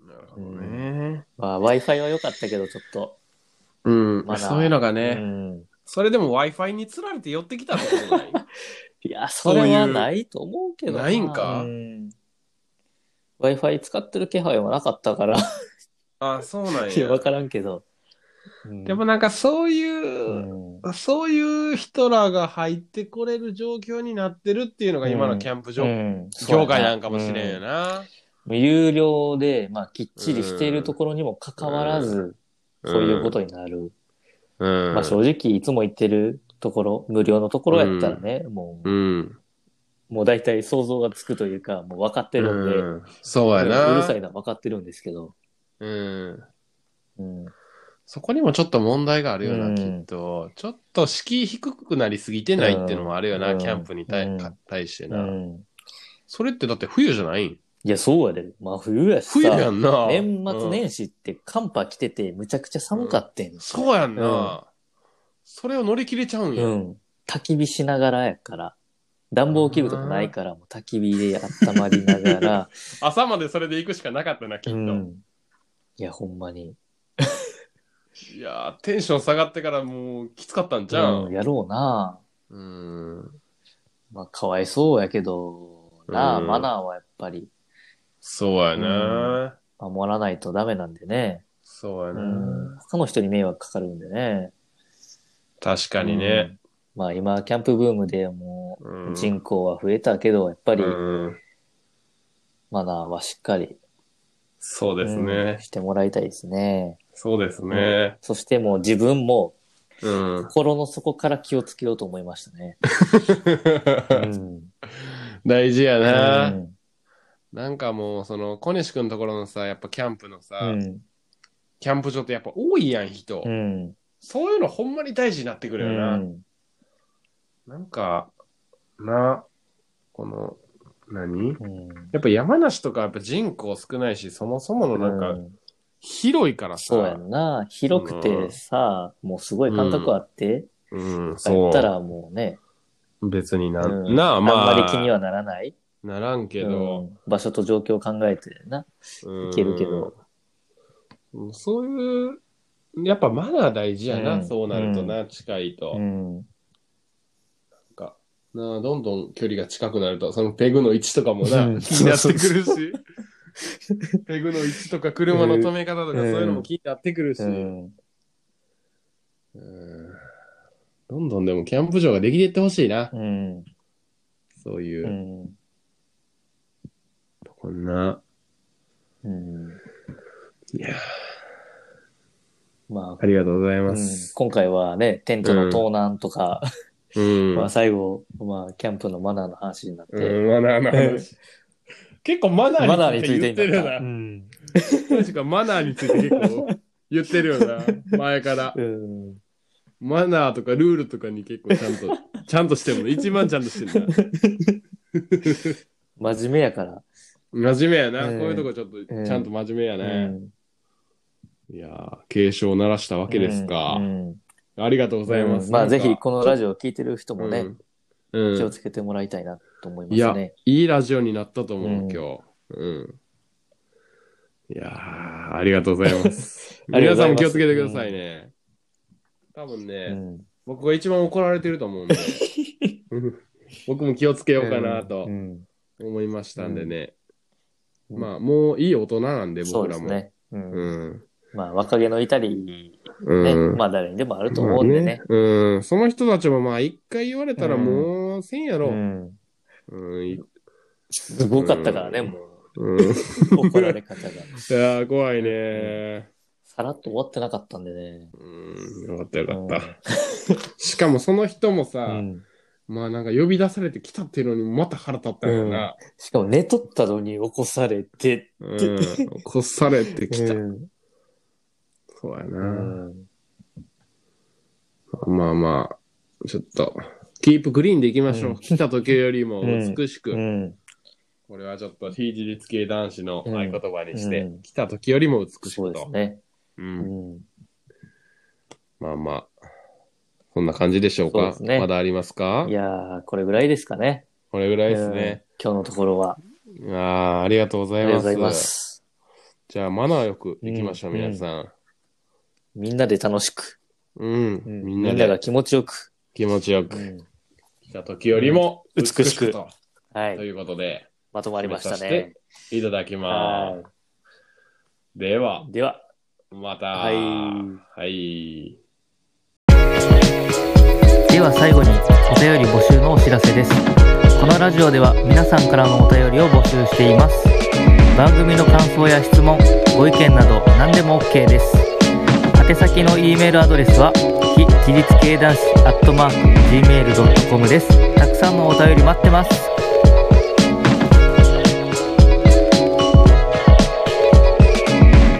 [SPEAKER 1] なるほどね。
[SPEAKER 2] まあ、Wi-Fi は良かったけど、ちょっと。
[SPEAKER 1] うん、
[SPEAKER 2] まだ
[SPEAKER 1] そういうのが
[SPEAKER 2] う
[SPEAKER 1] ね、
[SPEAKER 2] ん。
[SPEAKER 1] それでも Wi-Fi につられて寄ってきたってことない
[SPEAKER 2] いや、それはないと思うけど
[SPEAKER 1] ないんか
[SPEAKER 2] うん Wi-Fi 使ってる気配はなかったから。
[SPEAKER 1] あ、そうなん
[SPEAKER 2] いや、
[SPEAKER 1] や。
[SPEAKER 2] わからんけど。うん
[SPEAKER 1] でもなんかそういうう、
[SPEAKER 2] ん
[SPEAKER 1] そういう人らが入ってこれる状況になってるっていうのが今
[SPEAKER 2] う
[SPEAKER 1] の
[SPEAKER 2] ん
[SPEAKER 1] キャンプ場、
[SPEAKER 2] うん
[SPEAKER 1] 業界なんかもしれんよ
[SPEAKER 2] うん
[SPEAKER 1] な。
[SPEAKER 2] 有料で、まあ、きっちりしているところにもかかわらず、そういうことになる。
[SPEAKER 1] うん。
[SPEAKER 2] まあ、正直、いつも行ってるところ、無料のところやったらね、も
[SPEAKER 1] う
[SPEAKER 2] う、
[SPEAKER 1] ん。
[SPEAKER 2] もう大体想像がつくというか、もう分かってるんで、
[SPEAKER 1] うんそうやな。
[SPEAKER 2] うるさいのは分かってるんですけど、
[SPEAKER 1] うん。
[SPEAKER 2] うん。
[SPEAKER 1] そこにもちょっと問題があるよな、
[SPEAKER 2] うん
[SPEAKER 1] きっと。ちょっと敷居低くなりすぎてないっていうのもあるよな、
[SPEAKER 2] うん
[SPEAKER 1] キャンプに対,、
[SPEAKER 2] うん
[SPEAKER 1] 対して
[SPEAKER 2] う
[SPEAKER 1] な、
[SPEAKER 2] ん。
[SPEAKER 1] それってだって冬じゃないん
[SPEAKER 2] いや、そうやで。まあ、冬やしさ。
[SPEAKER 1] 冬やんな。
[SPEAKER 2] 年末
[SPEAKER 1] うん
[SPEAKER 2] 年始って寒波来てて、むちゃくちゃ寒かってん。
[SPEAKER 1] そうやんな、
[SPEAKER 2] うん
[SPEAKER 1] それを乗り切れちゃうんや。
[SPEAKER 2] うん。焚き火しながらやから。暖房器具とかないから、もう焚き火で温まりな がら。
[SPEAKER 1] 朝までそれで行くしかなかったな、きっ
[SPEAKER 2] う
[SPEAKER 1] と。
[SPEAKER 2] ん。いや、ほんまに。
[SPEAKER 1] いやー、テンション下がってからもうきつかったんじゃ。
[SPEAKER 2] うんんやろうな。
[SPEAKER 1] うん。
[SPEAKER 2] まあ、かわいそうやけど、なあ、
[SPEAKER 1] うん
[SPEAKER 2] マナーはやっぱり
[SPEAKER 1] そうやな、
[SPEAKER 2] 守らないとダメなんでね。
[SPEAKER 1] そうや
[SPEAKER 2] う
[SPEAKER 1] な、
[SPEAKER 2] ん。他の人に迷惑かかるんでね。
[SPEAKER 1] 確かにね。
[SPEAKER 2] うん。まあ、今、キャンプブームでも
[SPEAKER 1] う
[SPEAKER 2] う、
[SPEAKER 1] ん
[SPEAKER 2] 人口は増えたけど、やっぱり、
[SPEAKER 1] うん
[SPEAKER 2] マナーはしっかり、
[SPEAKER 1] そうです
[SPEAKER 2] うん
[SPEAKER 1] ね。
[SPEAKER 2] してもらいたいですね。
[SPEAKER 1] そうですね。
[SPEAKER 2] そしてもう自分も
[SPEAKER 1] うん。
[SPEAKER 2] 心の底から気をつけようと思いましたね。 うん。
[SPEAKER 1] 大事やな。
[SPEAKER 2] うん
[SPEAKER 1] なんかもう、その、小西くんのところのさ、やっぱキャンプのさ、
[SPEAKER 2] うん。
[SPEAKER 1] キャンプ場ってやっぱ多いやん、人。
[SPEAKER 2] うん。
[SPEAKER 1] そういうのほんまに大事になってくるよな。
[SPEAKER 2] うん
[SPEAKER 1] なんか、な、この、何
[SPEAKER 2] うん
[SPEAKER 1] やっぱ山梨とかやっぱ人口少ないし、そもそものなん
[SPEAKER 2] う
[SPEAKER 1] か、広いからさ。
[SPEAKER 2] そうやんな。広くてさ、もうすごい感覚あって、
[SPEAKER 1] うん、
[SPEAKER 2] だ
[SPEAKER 1] そ
[SPEAKER 2] った
[SPEAKER 1] う。
[SPEAKER 2] らもうね、
[SPEAKER 1] 別にな、
[SPEAKER 2] うん
[SPEAKER 1] なあ、まあ、
[SPEAKER 2] あんまり気にはならない、
[SPEAKER 1] ならんけ
[SPEAKER 2] う
[SPEAKER 1] ど、
[SPEAKER 2] ん場所と状況を考えてな。
[SPEAKER 1] うん
[SPEAKER 2] いけるけど。
[SPEAKER 1] そういう、やっぱマナー大事やな、
[SPEAKER 2] うん
[SPEAKER 1] そうなるとな、近いと。
[SPEAKER 2] うん。
[SPEAKER 1] か、なあどんどん距離が近くなると、そのペグの位置とかもな、
[SPEAKER 2] うん
[SPEAKER 1] 気になってくるし、 ペグの位置とか車の止め方とかそういうのも気になってくるし、
[SPEAKER 2] うん。
[SPEAKER 1] うんどんどんでもキャンプ場ができていってほしいな、
[SPEAKER 2] うん。
[SPEAKER 1] そういうう、
[SPEAKER 2] ん。
[SPEAKER 1] こんな、
[SPEAKER 2] うん
[SPEAKER 1] いやー
[SPEAKER 2] まあ
[SPEAKER 1] あ、りがとうございま
[SPEAKER 2] うん
[SPEAKER 1] す。
[SPEAKER 2] 今回はね、テントの盗難とか、
[SPEAKER 1] うん。
[SPEAKER 2] まあ最後、まあ、キャンプのマナーの話になって、
[SPEAKER 1] うんマナー の話。結構マナ
[SPEAKER 2] マナー
[SPEAKER 1] ー
[SPEAKER 2] に
[SPEAKER 1] に
[SPEAKER 2] つ
[SPEAKER 1] つ
[SPEAKER 2] い
[SPEAKER 1] いて
[SPEAKER 2] て
[SPEAKER 1] 言
[SPEAKER 2] に
[SPEAKER 1] ってるよ
[SPEAKER 2] なっ
[SPEAKER 1] な
[SPEAKER 2] た。う。ん。
[SPEAKER 1] 確かマナーについて結構言ってるよ な、前から。
[SPEAKER 2] うん
[SPEAKER 1] マナーとかルールとかに結構ちゃん と、ちゃんとしてるの。一番ちゃんとしてる
[SPEAKER 2] 真面目やから。
[SPEAKER 1] な。真面目やな。
[SPEAKER 2] えー
[SPEAKER 1] こういうとこちょっと、
[SPEAKER 2] ー
[SPEAKER 1] ちゃんと真面目や
[SPEAKER 2] う
[SPEAKER 1] ね。
[SPEAKER 2] ん
[SPEAKER 1] いやー、警鐘を鳴らしたわけですか。
[SPEAKER 2] うんうん
[SPEAKER 1] ありがとうございます。
[SPEAKER 2] まあぜひこのラ
[SPEAKER 1] ジ
[SPEAKER 2] ジオを聞いてる人もね、
[SPEAKER 1] うん。
[SPEAKER 2] 気
[SPEAKER 1] う
[SPEAKER 2] を
[SPEAKER 1] ん
[SPEAKER 2] つけてもらいたいなと思いま
[SPEAKER 1] いや
[SPEAKER 2] すね。、
[SPEAKER 1] いいラジオになったと
[SPEAKER 2] う
[SPEAKER 1] 思う、
[SPEAKER 2] ん
[SPEAKER 1] 今日。うん。いやー、ありがとうございます。
[SPEAKER 2] ありがと
[SPEAKER 1] 皆さ
[SPEAKER 2] うございます
[SPEAKER 1] んも気をつけてくださいね。多分
[SPEAKER 2] う
[SPEAKER 1] ね、
[SPEAKER 2] ん
[SPEAKER 1] 僕が一番怒られてると思うん で。うん僕も気をつけようかなと
[SPEAKER 2] うん
[SPEAKER 1] 思いましたんでね。
[SPEAKER 2] うん
[SPEAKER 1] まあ、もういい大人なんで、
[SPEAKER 2] そう
[SPEAKER 1] 僕
[SPEAKER 2] で
[SPEAKER 1] ら
[SPEAKER 2] す
[SPEAKER 1] も。
[SPEAKER 2] ね。うん
[SPEAKER 1] うん。
[SPEAKER 2] まあ若気の至り、
[SPEAKER 1] う
[SPEAKER 2] ね
[SPEAKER 1] ん。
[SPEAKER 2] まあ誰にでもあると思うんでね。
[SPEAKER 1] まあねうん。その人たちも、まあ、一回言われたら
[SPEAKER 2] うん
[SPEAKER 1] もうせんや
[SPEAKER 2] う
[SPEAKER 1] ろ。
[SPEAKER 2] ん
[SPEAKER 1] うん。い
[SPEAKER 2] すごかったからね、
[SPEAKER 1] うん
[SPEAKER 2] もう
[SPEAKER 1] うん、いや
[SPEAKER 2] 怒られ方が。
[SPEAKER 1] ー、怖いね。
[SPEAKER 2] さらっと終わってなかったんでね。
[SPEAKER 1] うん。よかったよかった。しかも、その人も
[SPEAKER 2] う
[SPEAKER 1] さ、
[SPEAKER 2] ん
[SPEAKER 1] まあ、なんか呼び出されてきたっていうのにまた腹立ったよな。
[SPEAKER 2] しかも寝とったのに起こされて、
[SPEAKER 1] うん。起こされてきた
[SPEAKER 2] う。ん
[SPEAKER 1] そうや
[SPEAKER 2] う
[SPEAKER 1] な。
[SPEAKER 2] ん
[SPEAKER 1] まあまあ、ちょっと、キープグリーンでいきましょ
[SPEAKER 2] うん
[SPEAKER 1] う。来た時よりも
[SPEAKER 2] うん
[SPEAKER 1] 美しく
[SPEAKER 2] う。ん
[SPEAKER 1] これはちょっと非自立系男子の合言葉にして、
[SPEAKER 2] うん
[SPEAKER 1] 来た時よりも美しくと。
[SPEAKER 2] そうですね。
[SPEAKER 1] う、
[SPEAKER 2] うんん
[SPEAKER 1] まあまあ、こんな感じでしょう
[SPEAKER 2] そうで
[SPEAKER 1] か
[SPEAKER 2] すね
[SPEAKER 1] まだありますか
[SPEAKER 2] いやー、これぐらいですかね。
[SPEAKER 1] これぐらいですね。
[SPEAKER 2] うん。今日のところは。
[SPEAKER 1] ああ、ありがとうござ
[SPEAKER 2] あ
[SPEAKER 1] い
[SPEAKER 2] りがと
[SPEAKER 1] ます。
[SPEAKER 2] うございます。
[SPEAKER 1] じゃあ、マナーよく行きましょう、
[SPEAKER 2] うん
[SPEAKER 1] 皆さん。
[SPEAKER 2] みんなで楽しく。
[SPEAKER 1] うん、
[SPEAKER 2] う
[SPEAKER 1] み
[SPEAKER 2] んみ
[SPEAKER 1] ん
[SPEAKER 2] ん
[SPEAKER 1] な
[SPEAKER 2] なが
[SPEAKER 1] で
[SPEAKER 2] 気持ちよく。
[SPEAKER 1] 気持ちよく、
[SPEAKER 2] うん
[SPEAKER 1] 来た時よりも
[SPEAKER 2] うん
[SPEAKER 1] 美し
[SPEAKER 2] 美し
[SPEAKER 1] く
[SPEAKER 2] く
[SPEAKER 1] と。
[SPEAKER 2] は
[SPEAKER 1] と
[SPEAKER 2] い。
[SPEAKER 1] いうことで、
[SPEAKER 2] まとまりました
[SPEAKER 1] 目指
[SPEAKER 2] ね。
[SPEAKER 1] していただきま
[SPEAKER 2] は
[SPEAKER 1] す。では、
[SPEAKER 2] い。では。
[SPEAKER 1] また。
[SPEAKER 2] はい
[SPEAKER 1] はい
[SPEAKER 3] では最後にお便り募集のお知らせですこのラジオでは皆さんからのお便りを募集しています番組の感想や質問ご意見など何でも OK です宛先の E メールアドレスは非自立系男子 gmail.com ですたくさんのお便り待ってます